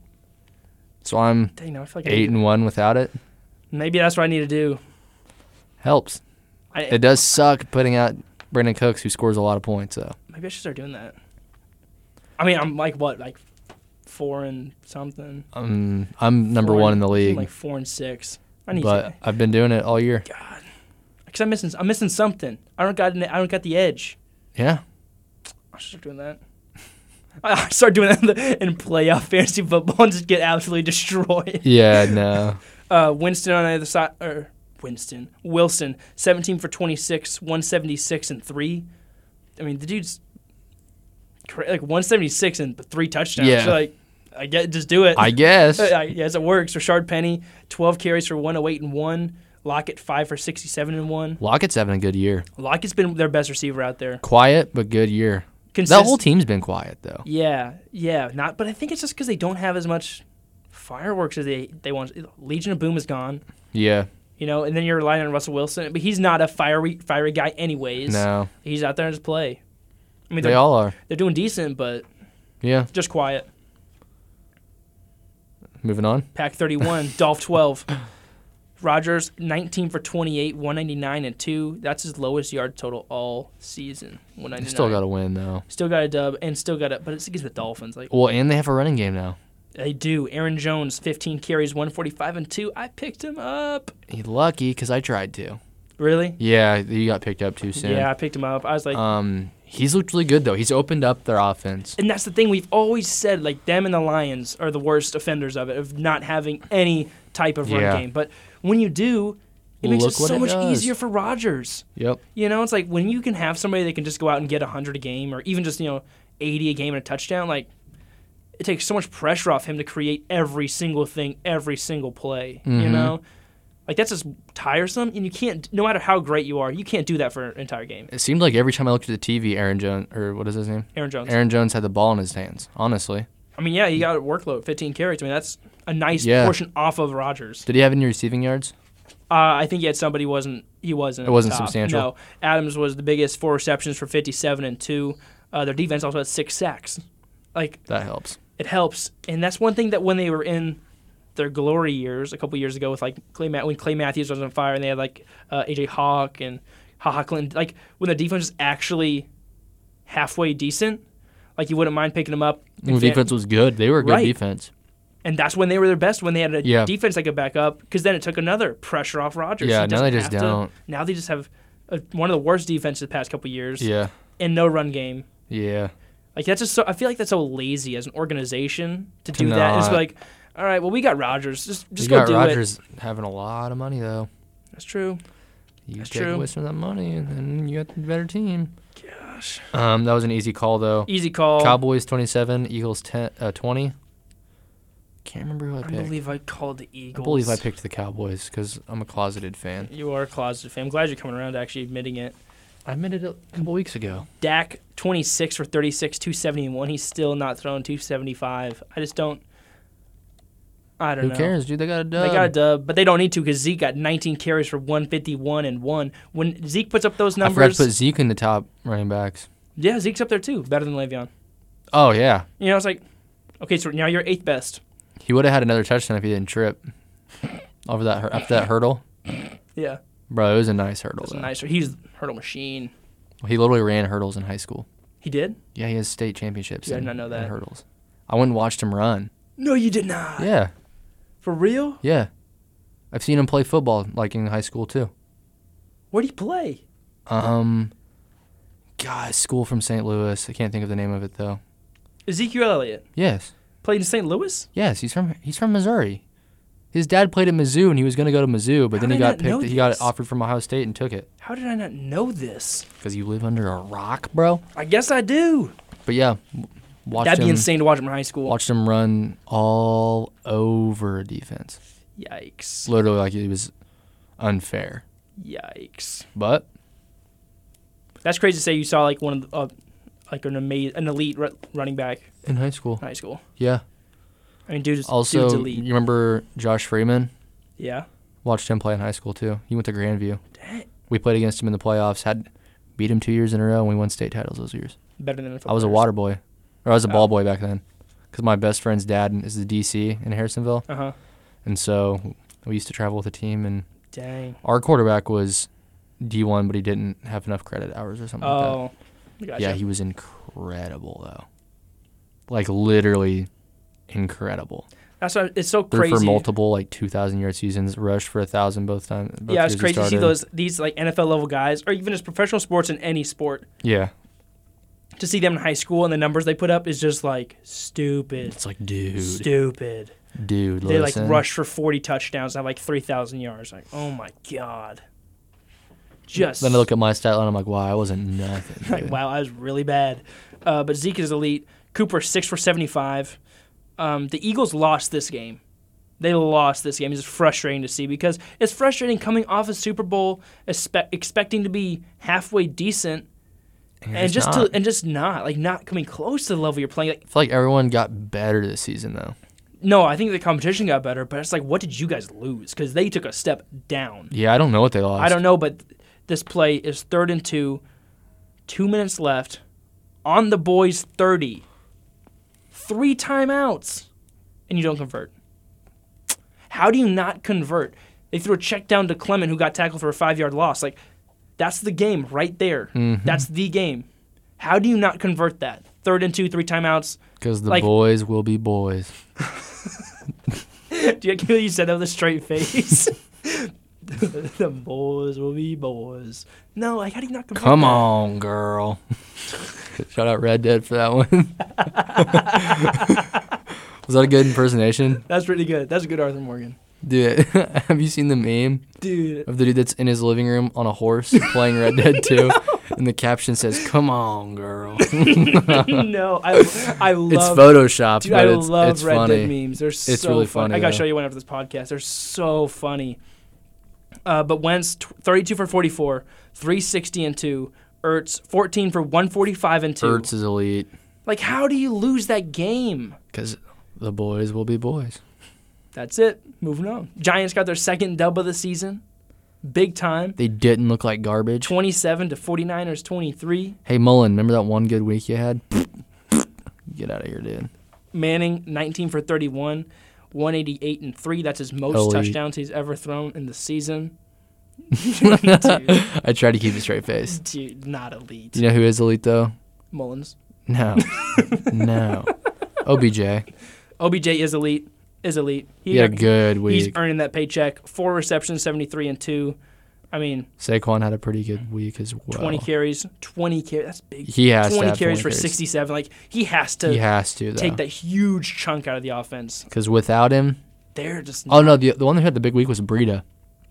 So I'm
Dang, now I feel like I
8
need-
and 1 without it.
maybe that's what I need to do.
Helps.
I,
It does suck putting out Brandon Cooks who scores a lot of points, so
maybe I should start doing that. I mean, I'm like what, like four and something.
um, I'm number
Four
1 in the
I'm
league.
like four and six. I need
but
to.
I've been doing it all year.
God, because I'm missing. I'm missing something. I don't got. an- I don't got the edge.
Yeah.
I should start doing that. I I start doing that in the- in playoff fantasy football and just get absolutely destroyed.
Yeah, no.
Uh, Winston on either side, or Winston Wilson, 17 for 26, 176 and three. I mean, the dude's cra- like 176 and three touchdowns.
Yeah.
So, like, I get just do it. Uh,
I guess.
I, yes, it works. Rashard Penny, 12 carries for 108 and one. Lockett five for 67 and one.
Lockett's having a good year.
Lockett's been their best receiver out there.
Quiet but good year.
Consist-
that whole team's been quiet though.
Yeah, yeah, not. But I think it's just because they don't have as much fireworks as they they want. Legion of Boom is gone.
Yeah.
You know, and then you're relying on Russell Wilson, but he's not a fiery fiery guy anyways.
No.
He's out there and just play. I mean,
They
they're,
all are.
they're doing decent, but
Yeah.
just quiet.
Moving on.
Pack 31, Dolph 12. Rogers 19 for 28, 199 and 2. That's his lowest yard total all season. 199.
They still got to win though.
Still got a dub and still got it, but it's against the Dolphins. Like
Well, and they have a running game now.
they do. Aaron Jones 15 carries, 145 and 2. I picked him up.
He lucky because I tried to.
Really?
Yeah, you got picked up too soon.
Yeah, I picked him up. I was like
Um, he's looked really good though. He's opened up their offense.
and that's the thing we've always said like them and the lions are the worst offenders of it of not having any type of run
Yeah.
game but when you do it makes
Look
it
what
so
it
much
does.
easier for Rodgers.
Yep.
You know, it's like when you can have somebody that can just go out and get 100 a game or even just, you know, 80 a game and a touchdown, like it takes so much pressure off him to create every single thing, every single play, you
Mhm.
know? Like that's just tiresome and you can't no matter how great you are, you can't do that for an entire game.
It seemed like every time I looked at the TV, Aaron Jones or what is his name?
Aaron Jones.
Aaron Jones had the ball in his hands. Honestly,
I mean, yeah, he got a workload, 15 carries. I mean, that's a nice
Yeah.
portion off of Rodgers.
did he have any receiving yards?
Uh, I think he had somebody who wasn't he wasn't.
It wasn't
top.
substantial.
No, Adams was the biggest, four receptions for 57 and two. Uh, their defense also had six sacks. Like
That helps.
it helps, and that's one thing that when they were in their glory years a couple years ago with like Clay Ma- when Clay Matthews was on fire, and they had like uh, AJ Hawk and Hawkland. Like when the defense is actually halfway decent, like you wouldn't mind picking them up. and
The
fan-
defense was good. They were a good
Right.
defense.
and that's when they were their best when they had a
Yeah.
defense that could back up because then it took another pressure off Rodgers.
Yeah,
He
now they just
doesn't have to-
don't.
now they just have a, one of the worst defenses the past couple years
Yeah.
and no run game.
Yeah.
Like that's just so I feel like that's so lazy as an organization to do that. It's
not.
like, all right, well we got Rodgers, just just
you
go
got
do it.
Rodgers having a lot of money though.
That's true.
You
That's
take
true.
away some of that money, and then you got the better team.
Gosh,
Um, that was an easy call though.
easy call.
Cowboys 27, Eagles 10, uh, 20. Can't remember who I
I
picked.
believe I called the
I
Eagles.
believe I picked the Cowboys because I'm a closeted fan.
You are a closet fan. I'm glad you're coming around to actually admitting it.
I admitted it a couple weeks ago.
Dak, 26 for 36, 271. He's still not thrown 275. I just don't. I don't
Who
know.
cares, dude? They got a dub.
They got a dub, but they don't need to because Zeke got 19 carries for 151 and one. When Zeke puts up those
I forgot
numbers,
to put Zeke in the top running backs.
yeah, Zeke's up there too, better than Le'Veon.
Oh yeah,
You know, it's like, okay, so now you're eighth best.
he would have had another touchdown if he didn't trip over that hur- after that hurdle.
Yeah,
Bro, it was a nice hurdle.
that's
though.
nicer. He's a hurdle machine.
He literally ran hurdles in high school.
He did?
Yeah, he has state championships.
Yeah, I did
in-
not know
in
that.
hurdles. I went and watched him run.
No, you did not.
Yeah,
For real?
yeah. I've seen him play football like in high school too.
Where do you play?
Um, God, school from St. Louis. I can't think of the name of it though.
Ezekiel Elliott
Yes,
played in St. Louis.
yes, he's from he's from Missouri. His dad played at Mizzou, and he was going to go to Mizzou, but
How
then he
did I
got
not know
picked. He got
this?
offered from Ohio State and took it
How did I not know this?
because you live under a rock, bro.
I guess I do.
But yeah, w- watched
That'd
him.
be insane to watch him in high school.
Watched him run all over defense.
Yikes.
Literally, like it was unfair.
Yikes.
But
That's crazy to say you saw like one of the, uh, like an amazing an elite r- running back
in high school,
in high school.
yeah.
I mean, dude's dude's
Also,
elite.
you remember Josh Freeman?
Yeah.
Watched him play in high school too. He went to Grandview.
Dang.
We played against him in the playoffs. Had beat him two years in a row, and we won state titles those years.
Better than NFL
I was a
players.
water boy, or I was a
Oh.
ball boy back then, because my best friend's dad is the DC in Harrisonville,
Uh huh.
and so we used to travel with a team. And
Dang.
our quarterback was D1, but he didn't have enough credit hours or something like that.
Oh. Gotcha.
Yeah, he was incredible though, like literally incredible.
That's why it's so
Threw
crazy.
for multiple like two thousand yard seasons, rushed for a thousand both times.
yeah, it's crazy to see those these like NFL level guys or even as professional sports in any sport
Yeah,
to see them in high school and the numbers they put up is just like stupid.
it's like dude,
Stupid.
dude.
They like
listen.
rush for 40 touchdowns and have like 3,000 yards. Like, oh my God. Just.
Then I look at my stat line. I'm like, wow, I wasn't nothing.
like,
dude.
wow, I was really bad. Uh, but Zeke is elite. Cooper, 6 for 75. Um, the Eagles lost this game. They lost this game. It's frustrating to see because it's frustrating coming off a Super Bowl espe- expecting to be halfway decent
you're
and just
not.
to, and just not like not coming close to the level you're playing.
I
Like,
feel like everyone got better this season though.
no, I think the competition got better, but it's like, what did you guys lose? Because they took a step down.
Yeah, I don't know what they lost.
I don't know, but this play is third and two, two minutes left, on the boys 30, three timeouts, and you don't convert. How do you not convert? They threw a check down to Clement, who got tackled for a five yard loss. Like, that's the game right there. That's the game. How do you not convert that? Third and two, three timeouts.
because the
like-
boys will be boys.
Do you like how you said that with a straight face? the boys will be boys. No, like how do you not convert
Come
that?
on, girl. Shout out Red Dead for that one. Was that a good impersonation?
That's pretty good. That's a good Arthur Morgan.
Dude, have you seen the meme
Dude.
of the dude that's in his living room on a horse playing Red Dead 2? And the caption says, Come on, girl. it's
no, I, I love
Photoshopped,
Dude,
but
I
it's,
love
it's
Red
funny.
Dead memes. They're so
really
funny.
funny,
I got to
though.
show you one after this podcast. They're so funny. Uh, but Wentz, tw 32 for 44, 360 and 2. Ertz, 14 for 145 and 2.
Ertz is elite
Like, how do you lose that game?
because the boys will be boys.
That's it. Moving on. Giants got their second dub of the season. Big time.
They didn't look like garbage.
27 to 49ers 23.
Hey, Mullen, remember that one good week you had? Get out of here, dude.
Manning, 19 for 31, 188 and 3. That's his most
Elite.
touchdowns he's ever thrown in the season. dude,
I tried to keep a straight face.
dude, not elite.
You know who is elite, though?
Mullins.
No. no. OBJ.
OBJ is elite. Is elite. He
He had a
got-
good
he's
week.
earning that paycheck. Four receptions, 73 and 2. I mean,
Saquon had a pretty good week as well.
20 carries, 20 carries. That's big.
He has to
20
have
carries
20
for 67. Like, he has to
He has to though.
take that huge chunk out of the offense.
Because without him,
They're just.
oh no, the the one who had the big week was Breida.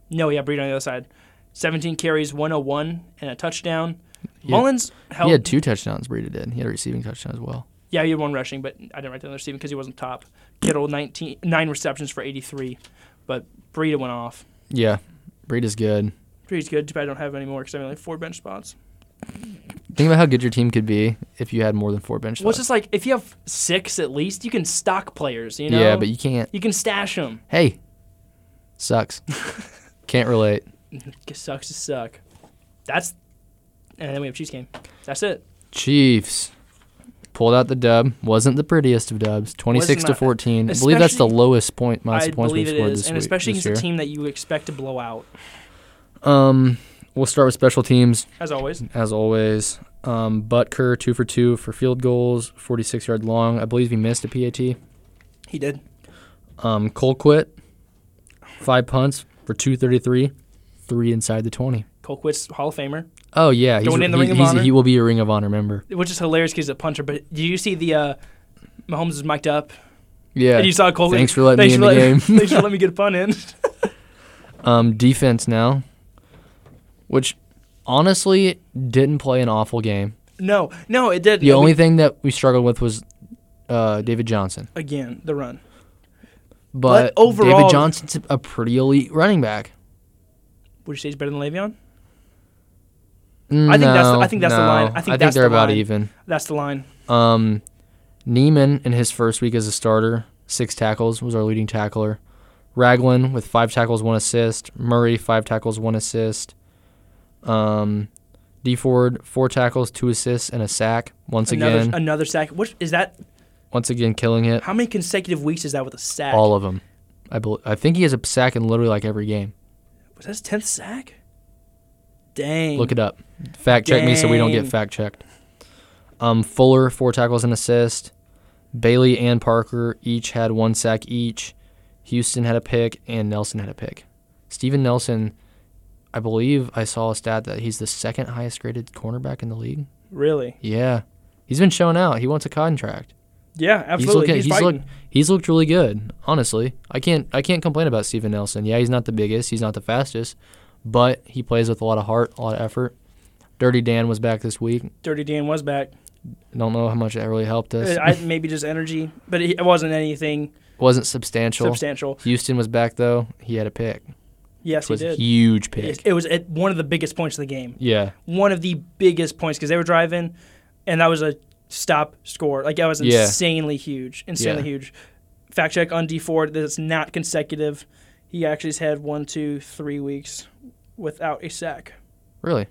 No, yeah, Breed on the other side. 17 carries, 101, and a touchdown.
He had-
Mullins held.
He had two touchdowns. Breida did. He had a receiving touchdown as well.
yeah, he had one rushing, but I didn't write down the receiving because he wasn't top. Kittle, 19, nine receptions for 83, but Breida went off.
Yeah, Breida's good.
Breeda's good, but I don't have any more because I have only four bench spots.
Think about how good your team could be if you had more than four bench
Well, it's
spots.
just like if you have six at least, you can stock players, you know?
Yeah, but you can't.
you can stash them.
Hey, sucks. can't relate.
Sucks to suck. That's. And then we have Chiefs game. That's it.
Chiefs pulled out the dub. Wasn't the prettiest of dubs. Twenty six to
not.
fourteen. I believe that's the
Especially-
lowest point minus
I
points we've
believe it
scored
is.
this
And
week.
especially
this
against a
year.
team that you expect to blow out,
Um, we'll start with special teams
as always.
as always. Um, Butker two for two for field goals, forty six yard long. I believe he missed a PAT.
He did.
Um, Colquitt five punts for two thirty three, three inside the twenty.
Colquitt's Hall of Famer,
Oh yeah, he's,
Going in the
he,
Ring of
he's-
Honor?
he will be a Ring of Honor member.
which is hilarious because he's a punter. But did you see the uh, Mahomes is mic'd up
Yeah.
And you saw Colgan.
Thanks for letting
thanks
me in the
letting-
game.
thanks for letting me get a pun in.
Um, defense now, which honestly didn't play an awful game.
No, no, it did.
The only thing that we struggled with was uh, David Johnson,
again the run.
but,
But overall-
David Johnson's a pretty elite running back.
Would you say he's better than Le'Veon? think that's the- I think that's the
No, no.
line. I think that's
they're
the
about
line.
even.
That's the line.
Um, Neiman in his first week as a starter, six tackles was our leading tackler. Raglan with five tackles, one assist. Murray five tackles, one assist. Um, D Ford four tackles, two assists, and a sack. Once
Another
again,
another sack. Which is that?
once again killing it.
How many consecutive weeks is that with a sack?
All of them. I bel I think he has a sack in literally like every game.
Was that his tenth sack? Dang.
Look it up. Fact check me so we don't get
Dang.
fact checked. Um, Fuller, four tackles and assist. Bailey and Parker each had one sack each. Houston had a pick and Nelson had a pick. Steven Nelson, I believe I saw a stat that he's the second highest graded cornerback in the league.
Really?
Yeah. He's been showing out. He wants a contract.
Yeah, absolutely. He's,
He's, looking, he's,
fighting.
looked, he's looked really good, honestly. I can't I can't complain about Steven Nelson. Yeah, he's not the biggest, he's not the fastest, but he plays with a lot of heart, a lot of effort. Dirty Dan was back this week.
Dirty Dan was back.
Don't know how much that really helped us.
Uh, I, maybe just energy, but it, it wasn't anything
wasn't substantial.
substantial.
Houston was back though. He had a pick.
Yes,
It
he
was a
did.
huge
Yes,
pick.
It was at one of the biggest points of the game.
Yeah.
One of the biggest points because they were driving, and that was a stop score. Like that was
Yeah.
insanely huge, insanely
Yeah.
huge. Fact check on D Ford that it's not consecutive. He actually has had one, two, three weeks without a sack.
Really.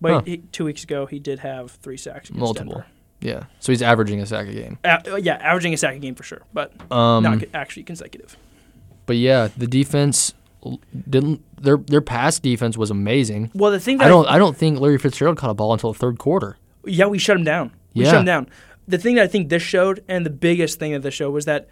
But
Huh.
he, two weeks ago, he did have three sacks. Against
Multiple. Yeah. So he's averaging a sack a game.
Denver. A- yeah, averaging a sack a game for sure, but
Um
not co- actually consecutive.
but yeah, the defense l- didn't their their pass defense was amazing.
Well, the thing that
I don't I don't think Larry Fitzgerald caught a ball until the third quarter.
Yeah, we shut him down. We
Yeah.
shut him down. The thing that I think this showed, and the biggest thing that this showed, was that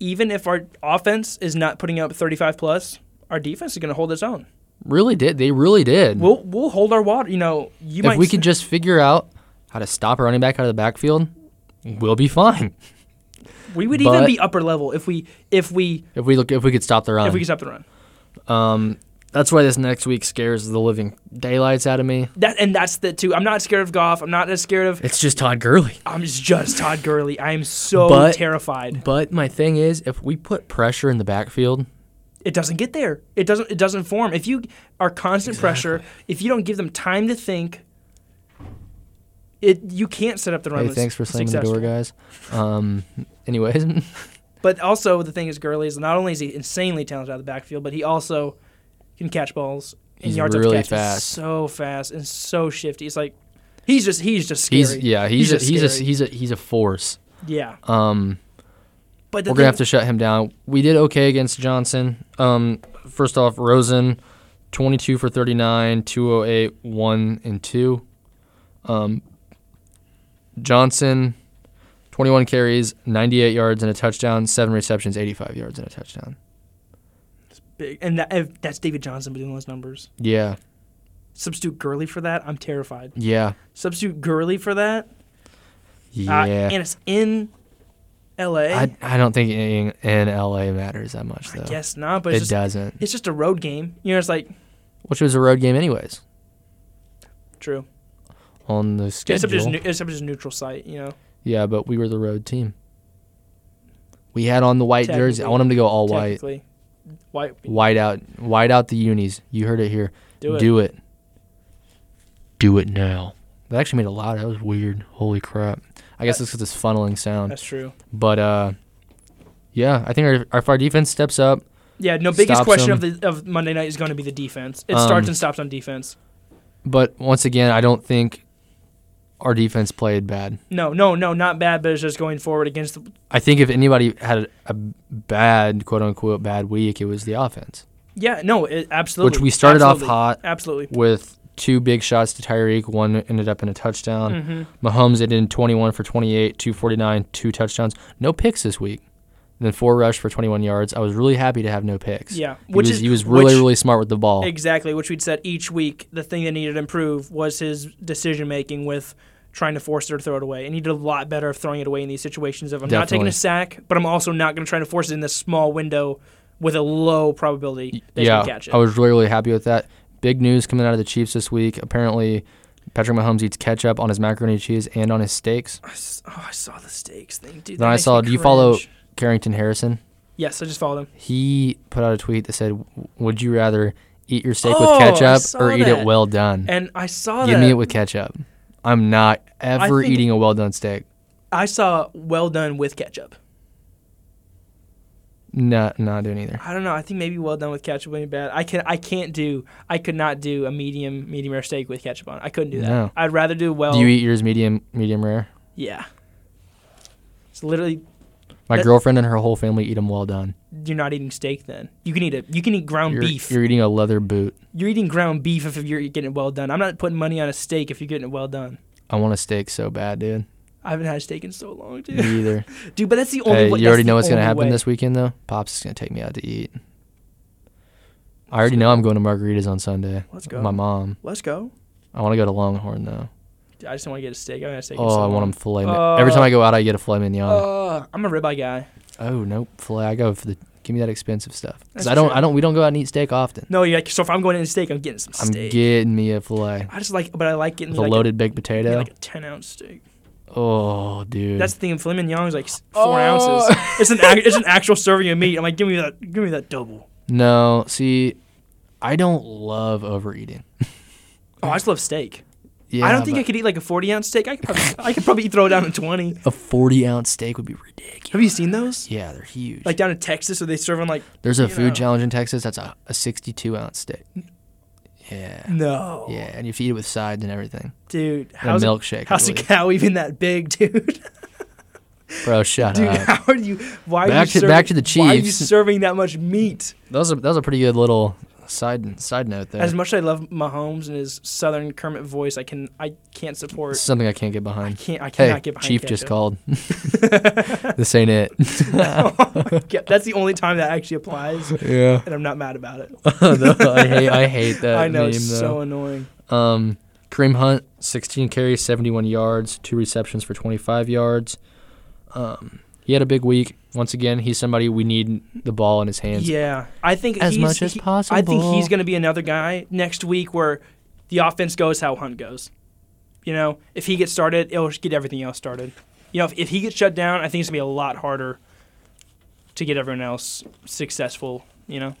even if our offense is not putting up 35 plus, our defense is going to hold its own.
Really did. They really did.
We'll we'll hold our water. You know, you
if
might.
we could just figure out how to stop a running back out of the backfield, we'll be fine.
we would
but-
even be upper level if we if we
If we look, if we could stop the run,
if we could stop the run.
um, that's why this next week scares the living daylights out of me.
That and that's the two. I'm not scared of Goff. I'm not as scared of.
It's just Todd Gurley.
I'm just Todd Gurley. I am so
But-
terrified.
But my thing is, if we put pressure in the backfield,
It doesn't get there. It doesn't. It doesn't form. If you are constant pressure, if you don't give them time to think, it you can't set up the run.
hey,
that's
thanks for slamming
successful.
the door, guys. Um, anyways,
But also the thing is, Gurley is not only is he insanely talented out of the backfield, but he also can catch balls. And
He's
yards after
really
catch is
fast.
so fast and so shifty. It's like he's just he's just scary.
he's yeah, he's a, he's a,
scary.
he's a he's a force.
yeah.
Um,
But the
we're gonna
thing-
have to shut him down. We did okay against Johnson. Um, first off, Rosen, 22 for 39, 208, one and two. Um, Johnson, 21 carries, 98 yards and a touchdown, seven receptions, 85 yards and a touchdown.
big, and that, if that's David Johnson doing those numbers.
Yeah,
Substitute Gurley for that. I'm terrified.
yeah,
Substitute Gurley for that. Uh,
yeah.
and it's in L.A. I
I, I don't think in, in LA matters that much though.
guess not, but
it
it's just,
doesn't.
it's just a road game. You know, it's like
Which was a road game anyways
true.
on the
Except it's,
schedule.
neu- except it's a neutral site. You know,
Yeah, but we were the road team. We had on the white jersey. I want them to go all white.
technically, white.
White out. White out the unis. You heard it here.
Do it.
Do it. Do it now. That actually made a loud. That was weird. Holy crap. I guess it's because it's funneling sound.
That's true.
But uh, yeah, I think our, if our defense steps up,
Yeah, no. Biggest
Stops
question of the of Monday night is going to be the defense. It
Um,
starts and stops on defense.
but once again, I don't think our defense played bad.
No, no, no, not bad, but it's just going forward against. The,
I think if anybody had a, a bad, quote unquote, bad week, it was the offense,
yeah, no, it, absolutely.
which we started
absolutely,
off hot.
Absolutely.
with two big shots to Tyreek. One ended up in a
Mm.
touchdown.
Mm-hmm.
Mahomes ended in 21 for 28, 249, two touchdowns. No picks this week. And then four rush for 21 yards. I was really happy to have no picks.
Yeah,
He
which
was,
is-
he was really
which-
really smart with the ball.
Exactly, which we'd said each week the thing that needed to improve was his decision making with trying to force it or throw it away. And he did a lot better of throwing it away in these situations of I'm not taking
Definitely.
a sack, but I'm also not going to try to force it in this small window with a low probability that yeah,
yeah,
you catch it.
I was really, really happy with that. Big news coming out of the Chiefs this week. Apparently, Patrick Mahomes eats ketchup on his macaroni and cheese and on his steaks.
I s- oh, I saw the stakes thing,
Then
dude. that
I
makes
saw,
me
do you follow
cringe.
Carrington Harrison?
Yes, I just followed him.
He put out a tweet that said, "Would you rather eat your steak
Oh, I
with
saw
ketchup or eat
that.
it well done?
And I saw
Give
that.
me it with ketchup. I'm not ever
think-
eating a well done steak.
I saw well done with ketchup.
No, not doing either.
I don't know. I think maybe well done with ketchup would be bad. I can I can't do I could not do a medium medium rare steak with ketchup on. it. I couldn't do that.
No.
I'd rather do well.
Do you eat yours medium, medium rare?
Yeah. It's literally
My
That-
girlfriend and her whole family eat them well done.
you're not eating steak then. You can eat it. You can eat ground
You're,
beef. You're,
you're eating a leather boot.
eating ground beef if you're getting it well done. I'm not putting money on a steak if you're getting it well done.
I want a steak so bad, dude.
I haven't had a steak in so long,
Me
dude.
either.
dude, but that's the only.
hey,
way,
you
that's
already
the
know what's gonna
only
happen
way.
this weekend though. Pops is gonna take me out to eat. I already know I'm going to margaritas on Sunday.
Let's
with
go.
My mom.
Let's go.
I want to go to Longhorn though.
Dude, I just want to get a steak. I haven't had a steak. in
Oh,
so
I want
long.
them filet. mi- Every
Uh,
time I go out, I get a filet mignon.
Uh, I'm a ribeye guy.
oh nope, filet. I go for the give me that expensive stuff.
That's
Cause I don't.
true.
I don't. We don't go out and eat steak often.
No, you're like so. If I'm going in steak, I'm getting some
I'm
steak.
getting me a filet
I just like, but I like getting
with
like
a loaded baked
a,
potato.
yeah, like a ten ounce steak.
oh dude,
That's the thing. Filet mignon is like s- four
Oh.
ounces. It's an ac- it's an actual serving of meat. I'm like, give me that, give me that double.
no. See, I don't love overeating.
Oh, I just love steak.
Yeah,
I don't think I
but
could eat like a forty ounce steak. I could probably, I could probably throw down a twenty.
a 40 ounce steak would be ridiculous.
Have you seen those?
Yeah, they're huge.
Like down in Texas, where they serve them like
There's a
you
food
know.
challenge in Texas that's a, a 62 ounce steak. Yeah.
no,
Yeah, and you have to eat it with sides and everything.
dude.
And a
How's a,
milkshake. I
how's a
believe.
cow even that big, dude?
Bro, shut
Dude,
up.
how are you? Why are
Uh, Back
you
to- back to the
Why are you
Chiefs.
serving that much meat?
That was a, that was a pretty good little side side note there.
As much as I love Mahomes and his Southern Kermit voice, I can I can't support.
It's something I can't get
I
behind.
can't. I cannot
Hey,
get behind.
Chief just
ketchup.
called. this ain't it.
oh my God. That's the only time that actually applies,
yeah.
and I'm not mad about it.
No, I hate I hate that
I know
meme
it's so
though.
annoying.
um Kareem Hunt, 16 carries, 71 yards, two receptions for 25 yards. Um, he had a big week. Once again, he's somebody we need the ball in his hands.
Yeah, I think
As
he's,
much as
he- I think
possible.
he's going to be another guy next week where the offense goes how Hunt goes. You know, if he gets started, it'll get everything else started. You know, if, if he gets shut down, I think it's going to be a lot harder to get everyone else successful. You know,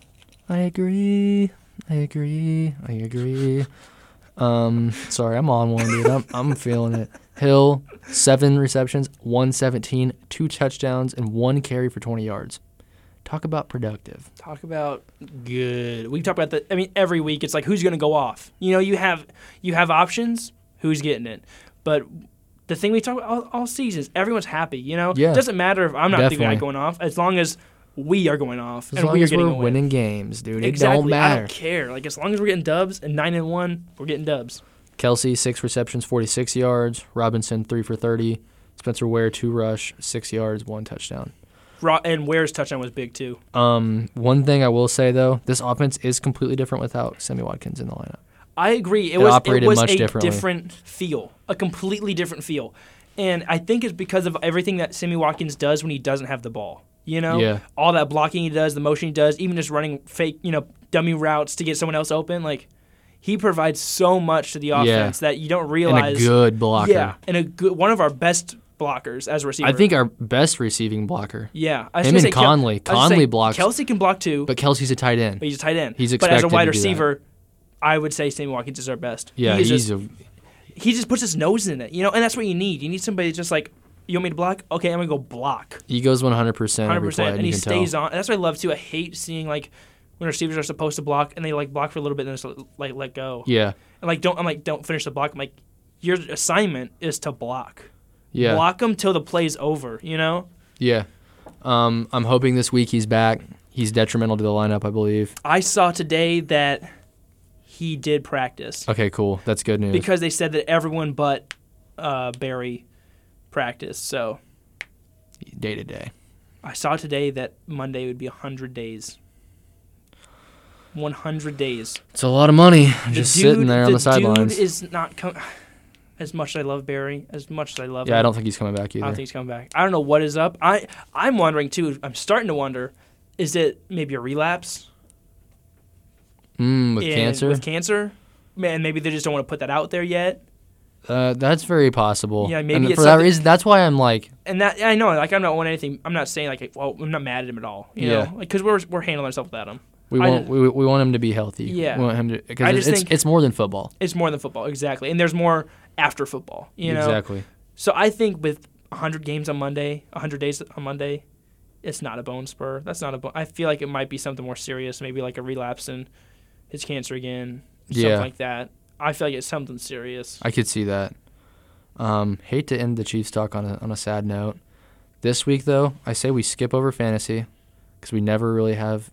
I agree. I agree. I agree. Um, sorry, I'm on one, dude. I'm, I'm feeling it. Hill, seven receptions, 117, two touchdowns, and one carry for 20 yards. Talk about productive.
talk about good. We talk about the. I mean, every week it's like who's going to go off. You know, you have you have options. Who's getting it? But the thing we talk about all, all seasons, everyone's happy. You know,
Yeah.
it doesn't matter if I'm not the guy
Definitely.
going off, as long as we are going off
As
and
long
we are
as
getting
we're
a win.
winning games, dude,
Exactly.
it don't
I
matter.
don't care. Like as long as we're getting dubs and nine and one, we're getting dubs.
Kelsey, six receptions, 46 yards. Robinson, three for 30. Spencer Ware, two rush, six yards, one touchdown.
Ra- and Ware's touchdown was big too.
Um, one thing I will say though, this offense is completely different without Sammy Watkins in the lineup.
I agree. It,
It
was
operated
it was
much
a
differently.
different feel, a completely different feel, and I think it's because of everything that Sammy Watkins does when he doesn't have the ball. You know,
Yeah.
all that blocking he does, the motion he does, even just running fake, you know, dummy routes to get someone else open. Like he provides so much to the
Yeah.
offense that you don't
And
realize.
a good blocker.
Yeah, and a good one of our best blockers as receivers.
I think our best receiving blocker.
Yeah, I was
Him
gonna
and
say Kel-
Conley.
I was gonna say
Conley blocks-
Kelsey can block too,
But
but,
Kelsey's a tight end.
he's a tight end.
he's
But as a
expected to
wide
do that.
receiver, I would say Sammy Watkins is our best.
Yeah,
he is
he's
just,
a
he just puts his nose in it, you know, and that's what you need. You need somebody that's just like, you want me to block? Okay, I'm gonna go block,
he goes 100 percent
hundred
every play,
percent,
and,
and he
you can
stays
tell.
on. And that's what I love too. I hate seeing like when receivers are supposed to block and they like block for a little bit and then just like let go.
Yeah,
And like don't I'm like don't finish the block. I'm like your assignment is to block.
yeah,
Block them till the play's over. You know.
yeah. Um, I'm hoping this week he's back. He's detrimental to the lineup, I believe.
I saw today that he did practice.
Okay, cool. That's good news.
because they said that everyone but uh, Barry practiced. So
day to day.
I saw today that Monday would be 100 days. 100 days.
It's a lot of money just
dude-
sitting there on the
dude
sidelines.
is not com- As much as I love Barry, as much as I love
Yeah,
him,
I don't think he's coming back
I
either.
don't think he's coming back. I don't know what is up. I I'm wondering too. I'm starting to wonder, is it maybe a relapse
mm, with
in-
cancer,
With cancer, man, maybe they just don't want to put that out there yet.
uh, that's very possible.
Yeah, maybe
And
it's
for that
something-
reason, that's why I'm like,
And that I know, like I'm not wanting anything. I'm not saying like, well, I'm not mad at him at all. You
Yeah.
know, because we're we're handling ourselves without him.
we
I
want
just-
we, we want him to be healthy.
Yeah.
we want him to
I
because it's
just
it's,
think-
it's more than football.
It's more than football, exactly. And there's more after football. You know,
exactly.
So I think with 100 games on Monday, 100 days on Monday, it's not a bone spur. That's not a bone. I feel like it might be something more serious, maybe like a relapse and his cancer again, something
Yeah.
like that. I feel like it's something serious.
I could see that. Um, hate to end the Chiefs talk on a on a sad note. This week though, I say we skip over fantasy because we never really have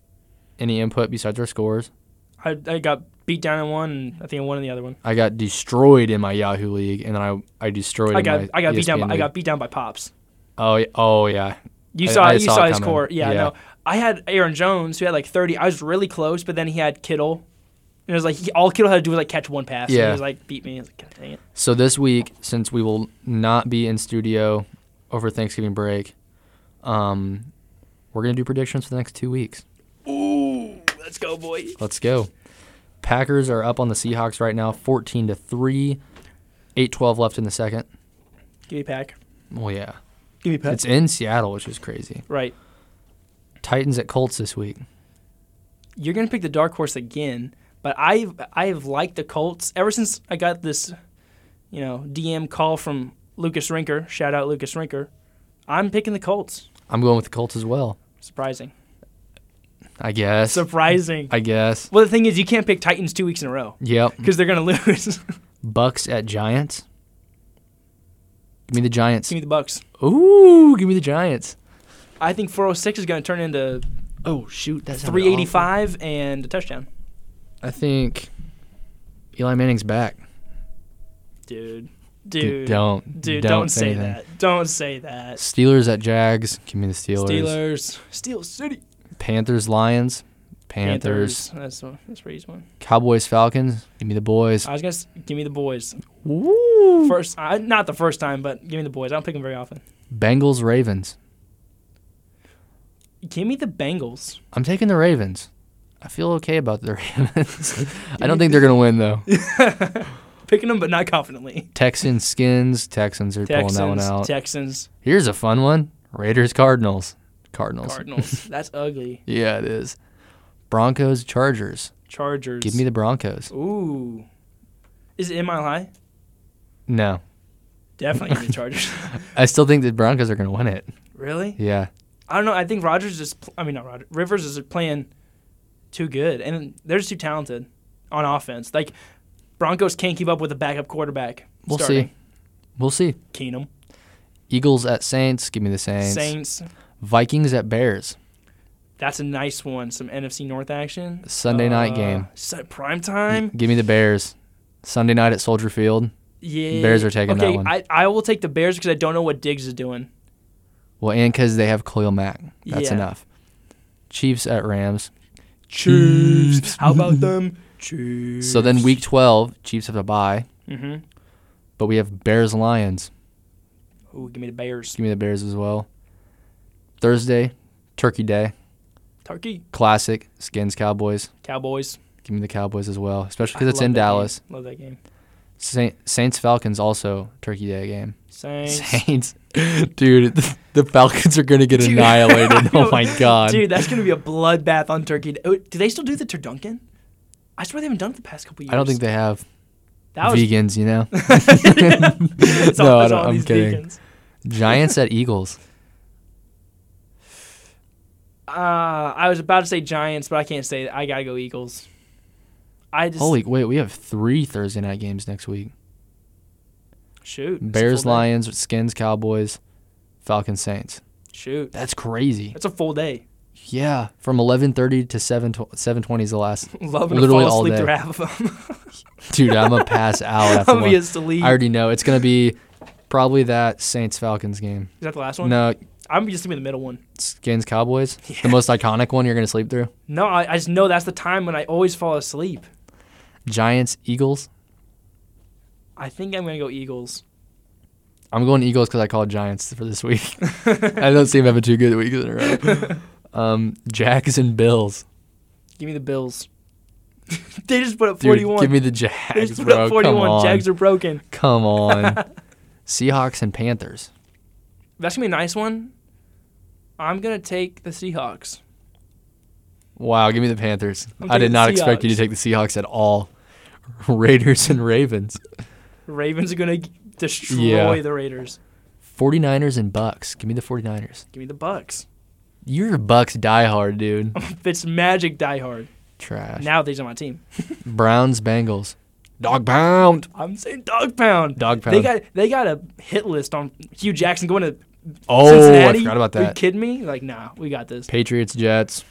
any input besides our scores.
I, I got beat down in one, and I think I won in the other one.
I got destroyed in my Yahoo league, and then I I destroyed.
I
in
got
my E
I got beat down.
ESPN
By, I
league.
got beat down by pops.
Oh yeah, oh yeah.
You
I-
saw
I
you
saw it
saw, his
coming.
score. Yeah,
Yeah.
no. I had Aaron Jones who had like 30. I was really close, but then he had Kittle. And it was like he, all Kittle had to do was like catch one pass. And
Yeah.
he was like beat me. I was like, God dang it.
So this week, since we will not be in studio over Thanksgiving break, um, we're gonna do predictions for the next two weeks.
Ooh, let's go, boy.
Let's go. Packers are up on the Seahawks right now, fourteen to three. 8-12 left in the second.
Give me pack.
Well, yeah.
Give me pack.
It's in Seattle, which is crazy.
Right.
Titans at Colts this week.
You're gonna pick the dark horse again, but I've I've liked the Colts ever since I got this, you know, DM call from Lucas Rinker. Shout out Lucas Rinker. I'm picking the Colts.
I'm going with the Colts as well.
Surprising.
I guess.
Surprising.
I guess.
Well, the thing is, you can't pick Titans two weeks in a row
Yep.
because they're gonna lose.
Bucks at Giants. Give me the Giants.
Give me the Bucks.
Ooh, give me the Giants.
I think 406 is gonna turn into
Oh shoot, that's
385 and a touchdown.
I think Eli Manning's back.
Dude.
Dude,
Dude.
don't,
Dude,
don't,
don't, say
anything.
that. Don't say that.
Steelers at Jags. Give me the Steelers.
Steelers. Steel City.
Panthers Lions. Panthers.
That's one. That's a pretty easy one.
Cowboys Falcons. Give me the boys.
I was gonna s- give me the boys
Ooh.
first. I, not the first time, but give me the boys. I don't pick them very often.
Bengals Ravens.
Give me the Bengals.
I'm taking the Ravens. I feel okay about the Ravens. I don't think they're gonna win though.
Picking them, but not confidently.
Texans skins. Texans are
Texans,
pulling that one out.
Texans,
Here's a fun one. Raiders Cardinals. Cardinals.
Cardinals. That's ugly.
Yeah, it is. Broncos Chargers.
Chargers.
Give me the Broncos.
the. Ooh. Is it in mile high?
No,
Definitely give me the Chargers.
I still think the Broncos are gonna win it.
really?
Yeah.
I don't know. I think Rogers is. Pl- I mean, not Rogers. Rivers is playing too good, and they're just too talented on offense. Like Broncos can't keep up with a backup quarterback.
We'll
starting.
see. We'll see.
Keenum.
Eagles at Saints. Give me the Saints.
Saints.
Vikings at Bears.
That's a nice one. Some NFC North action.
Sunday night
Uh,
game.
Sun- Prime time.
Give me the Bears. Sunday night at Soldier Field.
Yeah.
Bears are taking that
okay,
one.
I, I will take the Bears because I don't know what Diggs is doing.
Well, and because they have Khalil Mack. That's
Yeah.
enough. Chiefs at Rams.
Chiefs. How about them? Chiefs.
So then week 12, Chiefs have a bye,
hmm
but we have Bears Lions.
Ooh, give me the Bears.
Give me the Bears as well. Thursday, Turkey Day,
Turkey.
classic Skins Cowboys.
Cowboys.
Give me the Cowboys as well, especially
I
because it's
love
in
that game.
Dallas.
Love that game.
Saint, Saints Falcons also Turkey Day game.
Saints.
Saints, dude, the, the Falcons are gonna get
Dude.
annihilated. oh my god,
Dude, that's gonna be a bloodbath on Turkey. Day. Oh, Do they still do the Turduncan? I swear they haven't done it the past couple years.
I don't think they have
that was.
vegans. You know,
it's all,
No, I
it's
don't-
all
I'm
these
kidding.
vegans.
Giants at Eagles.
Uh, I was about to say Giants, but I can't say that. I gotta go Eagles. I just
Holy wait, we have three Thursday night games next week.
shoot it's a
Bears,
full day.
Lions, Skins, Cowboys, Falcons, Saints.
Shoot,
That's crazy.
that's a full day.
Yeah, from 11:30 to 7 7:20 is the last.
Loving
Literally
to fall
all
asleep
day.
through half of them.
Dude, I'm gonna pass out after one.
Obvious to leave.
I already know it's gonna be probably that Saints Falcons game.
Is that the last one?
No,
I'm just giving the middle one.
Skins Cowboys, the most iconic one you're gonna sleep through.
No, I, I just know that's the time when I always fall asleep.
Giants Eagles.
I think I'm gonna go Eagles.
I'm going Eagles because I called Giants for this week. I don't seem having two good weeks in a row. Um, Jacks and Bills.
Give me the Bills. they just put up
Dude,
41.
give me the
they
Jags,
just put
bro.
up 41.
Come on.
Jags are broken.
Come on. Seahawks and Panthers.
That's gonna be a nice one. I'm gonna take the Seahawks.
Wow, give me the Panthers.
I'm
I did
taking
not
the
expect you to
Seahawks.
take the Seahawks at all. Raiders and Ravens.
Ravens are gonna g- destroy
Yeah.
the Raiders.
49ers and Bucks. Give me the 49ers.
Give me the Bucks.
You're a Bucks diehard, dude.
Fitz Magic diehard.
Trash.
Now they're on my team.
Browns, Bengals. Dog pound.
I'm saying dog pound.
Dog
They
pound.
got they got a hit list on Hugh Jackson going to
Oh,
Cincinnati.
I forgot about
Are you
that.
kidding me? Like, nah, we got this.
Patriots, Jets.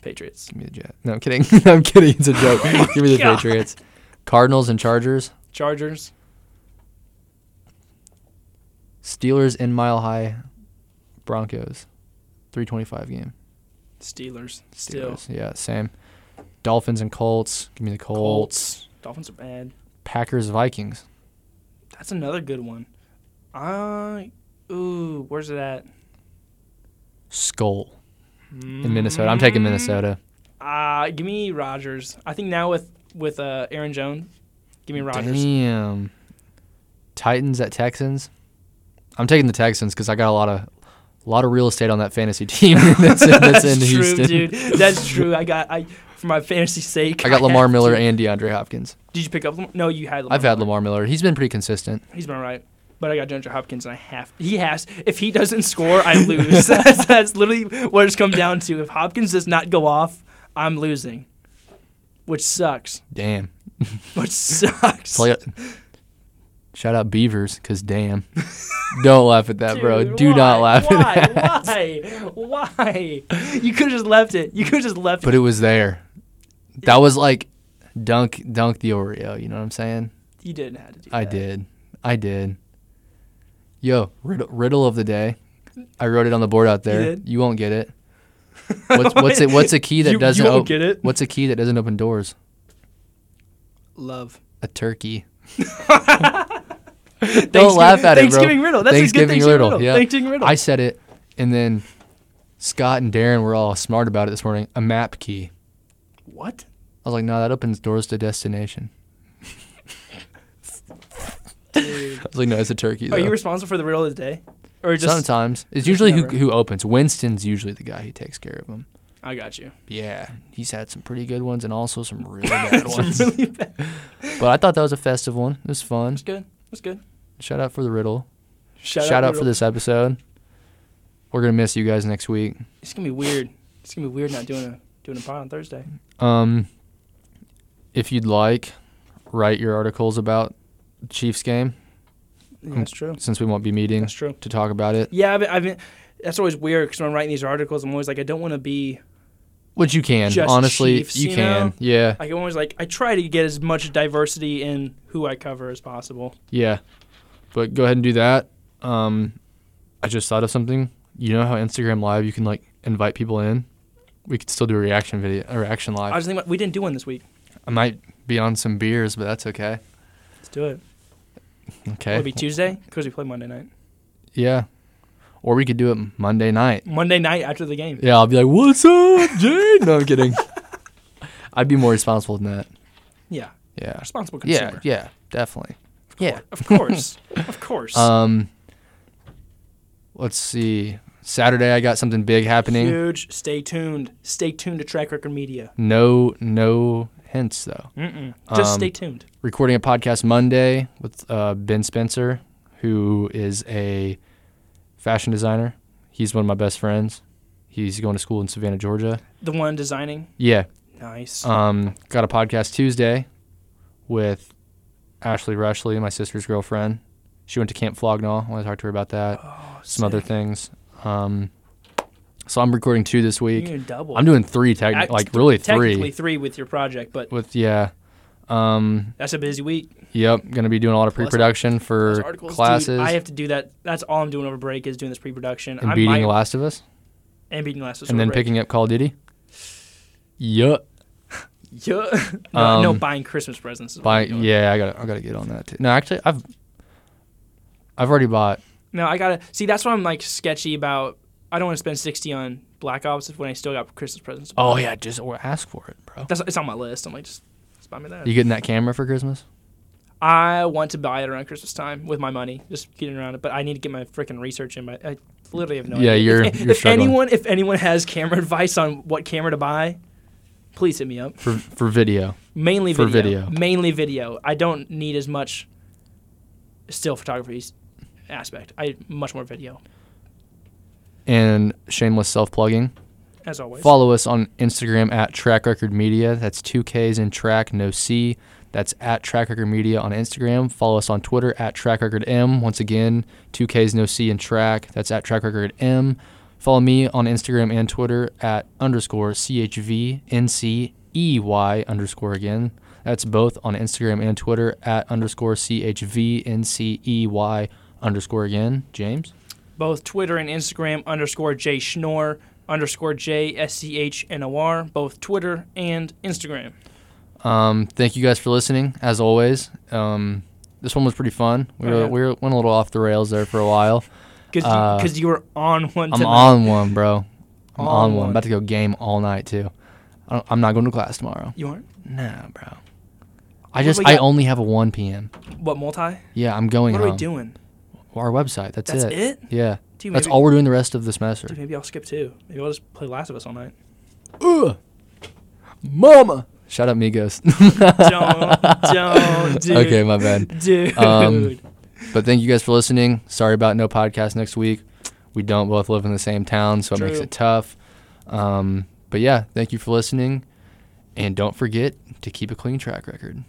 Patriots,
Give me the Jets. No, I'm kidding. I'm kidding. It's a joke. Give me the
Oh God.
Patriots. Cardinals and Chargers.
Chargers,
Steelers and Mile High. Broncos. 325 game.
Steelers, still
Steelers. Yeah, same. Dolphins and Colts. Give me the Colts.
Colts. Dolphins are bad.
Packers, Vikings.
That's another good one. Uh, ooh, where's it at?
Skull in Minnesota. I'm
Mm-hmm.
taking Minnesota.
Uh, give me Rogers. I think now with with uh, Aaron Jones, give me Rogers.
Damn. Titans at Texans. I'm taking the Texans because I got a lot of a lot of real estate on that fantasy team that's in, that's in
true,
Houston.
dude. That's true. I got I for my fantasy sake.
I got Lamar
had
Miller
to-
and DeAndre Hopkins.
Did you pick up? Lamar? No, you had. Lamar
I've had Lamar Miller. He's been pretty consistent.
He's been all right. But I got Ginger Hopkins, and I have he has. If he doesn't score, I lose. that's, that's literally what it's come down to. If Hopkins does not go off, I'm losing, which sucks.
Damn.
Which sucks.
Play it. Shout out Beavers because damn. Don't laugh at that, bro.
Dude,
Do not
why?
laugh at that.
Why? Why? Why? You could have just left it. You could have just left
But
it.
it was there. That was like dunk dunk the Oreo. You know what I'm saying?
You didn't have to do
I
that.
did. I did. Yo, riddle, riddle of the day. I wrote it on the board out there.
did?
won't get it. What's what's it, what's a key that
You- you
doesn't
won't
op-
get it.
What's a key that doesn't open doors?
Love.
A turkey. Don't laugh at it, bro.
Thanksgiving riddle. That's
Thanksgiving
a good Thanksgiving riddle.
Yeah.
Thanksgiving riddle.
I said it, and then Scott and Darren were all smart about it this morning. A map key.
what?
I was like, no, that opens doors to destination.
Dude.
I was like, no, it's a turkey. Though.
Are Oh, you responsible for the riddle of the day, or just?
Sometimes it's
just
usually who
never.
who opens. Winston's usually the guy who takes care of him.
I got you.
Yeah, he's had some pretty good ones and also some really bad
It's
ones.
really bad.
but I thought that was a festive one. It was fun.
That's good. That's good.
Shout out for the riddle.
Shout,
Shout out
Riddle.
for this episode. We're gonna miss you guys next week.
It's gonna be weird. It's gonna be weird not doing a doing a pod on Thursday.
Um, if you'd like, write your articles about Chiefs game
Yeah, that's true.
since we won't be meeting
That's true.
to talk about it.
Yeah, I've been, I've been, that's always weird because when I'm writing these articles, I'm always like, I don't want to be.
Which you can,
Just
honestly,
Chiefs,
you,
you
can.
know?
Yeah,
Like, I'm always like, I try to get as much diversity in who I cover as possible.
yeah. But go ahead and do that. Um, I just thought of something. You know how Instagram Live you can like invite people in. We could still do a reaction video, a reaction live.
I was thinking, about, we didn't do one this week.
I might be on some beers, but that's okay.
Let's do it.
Okay.
It'll be Tuesday because we play Monday night.
yeah. Or we could do it Monday night.
Monday night after the game.
Yeah, I'll be like, "What's up, Jade?" No, I'm kidding. I'd be more responsible than that.
Yeah.
Yeah.
Responsible
Yeah.
consumer.
Yeah. Definitely. Yeah.
Of course. of course.
Um. Let's see. Saturday, I got something big happening.
Huge. Stay tuned. Stay tuned to Track Record Media.
No, no hints though.
Mm-mm. Just
Um,
stay tuned.
Recording a podcast Monday with uh, Ben Spencer, who is a fashion designer. He's one of my best friends. He's going to school in Savannah, Georgia.
The one designing.
Yeah.
Nice.
Um, got a podcast Tuesday with Ashley Rushley, my sister's girlfriend. She went to Camp Flognaw. I want to talk to her about that,
oh,
some other
sick.
things. Um, so I'm recording two this
You're
week.
doing double.
I'm doing three, techni-
Act-
like really
technically
three.
three with your project, but
With yeah, um,
that's a busy week.
yep. Gonna be doing a lot of
Plus-
pre-production
Those
for
articles, dude,
classes
I have to do that. That's all I'm doing over break is doing this pre-production.
and
I
beating
might-
The Last of Us,
and beating last.
and then picking up Call of Duty. Yup.
Yeah. no, no,
Um,
buying Christmas presents. Is what
Buy,
I'm doing.
yeah, I got to I got to get on that too. No, actually, I've I've already bought.
No, I gotta see. That's what I'm like sketchy about. I don't want to spend sixty on Black Ops if when I still got Christmas presents.
Oh yeah, just or ask for it, bro.
That's it's on my list. I'm like just, just buy me that.
You getting that camera for Christmas?
I want to buy it around Christmas time with my money, just getting around it. But I need to get my freaking research in. My I literally have no
Yeah,
idea.
you're-
if,
you're
if
struggling.
anyone if anyone has camera advice on what camera to buy, please hit me up.
For for video.
Mainly
For
video,
video.
Mainly video. I don't need as much still photography s- aspect. I much more video
And shameless self plugging.
as always.
Follow us on Instagram at Track Record Media. That's two K's in track, no C. That's at Track Record Media on Instagram. Follow us on Twitter at Track Record M. Once again, two K's, no C in track. That's at Track Record M. Follow me on Instagram and Twitter at underscore CHVNCEY E underscore again. That's both on Instagram and Twitter at underscore CHVNCEY E underscore again. James?
both Twitter and Instagram underscore J Schnorr underscore J S C H N O R, both Twitter and Instagram.
Um, thank you guys for listening, as always. Um, this one was pretty fun. We,
Oh,
were,
yeah.
we were, went a little off the rails there for a while. Uh,
Because you were on one
I'm
tonight.
on one, bro. I'm
On
on one.
one.
About to go game all night too. I don't, I'm not going to class tomorrow.
You aren't?
Nah, bro. I
What
just
we
I
got?
only have a 1 p.m.
What, multi?
Yeah, I'm going
What are
home.
we doing?
Our website. That's,
That's
it.
it?
Yeah.
Dude,
That's
maybe-
all we're doing the rest of the semester.
Dude, maybe I'll skip two. Maybe I'll just play Last of Us all night.
Ugh. Mama. Shout out Migos.
Don't, don't, dude.
Okay, my bad.
Dude.
Um, But thank you guys for listening. Sorry about no podcast next week. We don't both live in the same town, so it makes
True.
it tough. Um, but yeah, thank you for listening. And don't forget to keep a clean track record.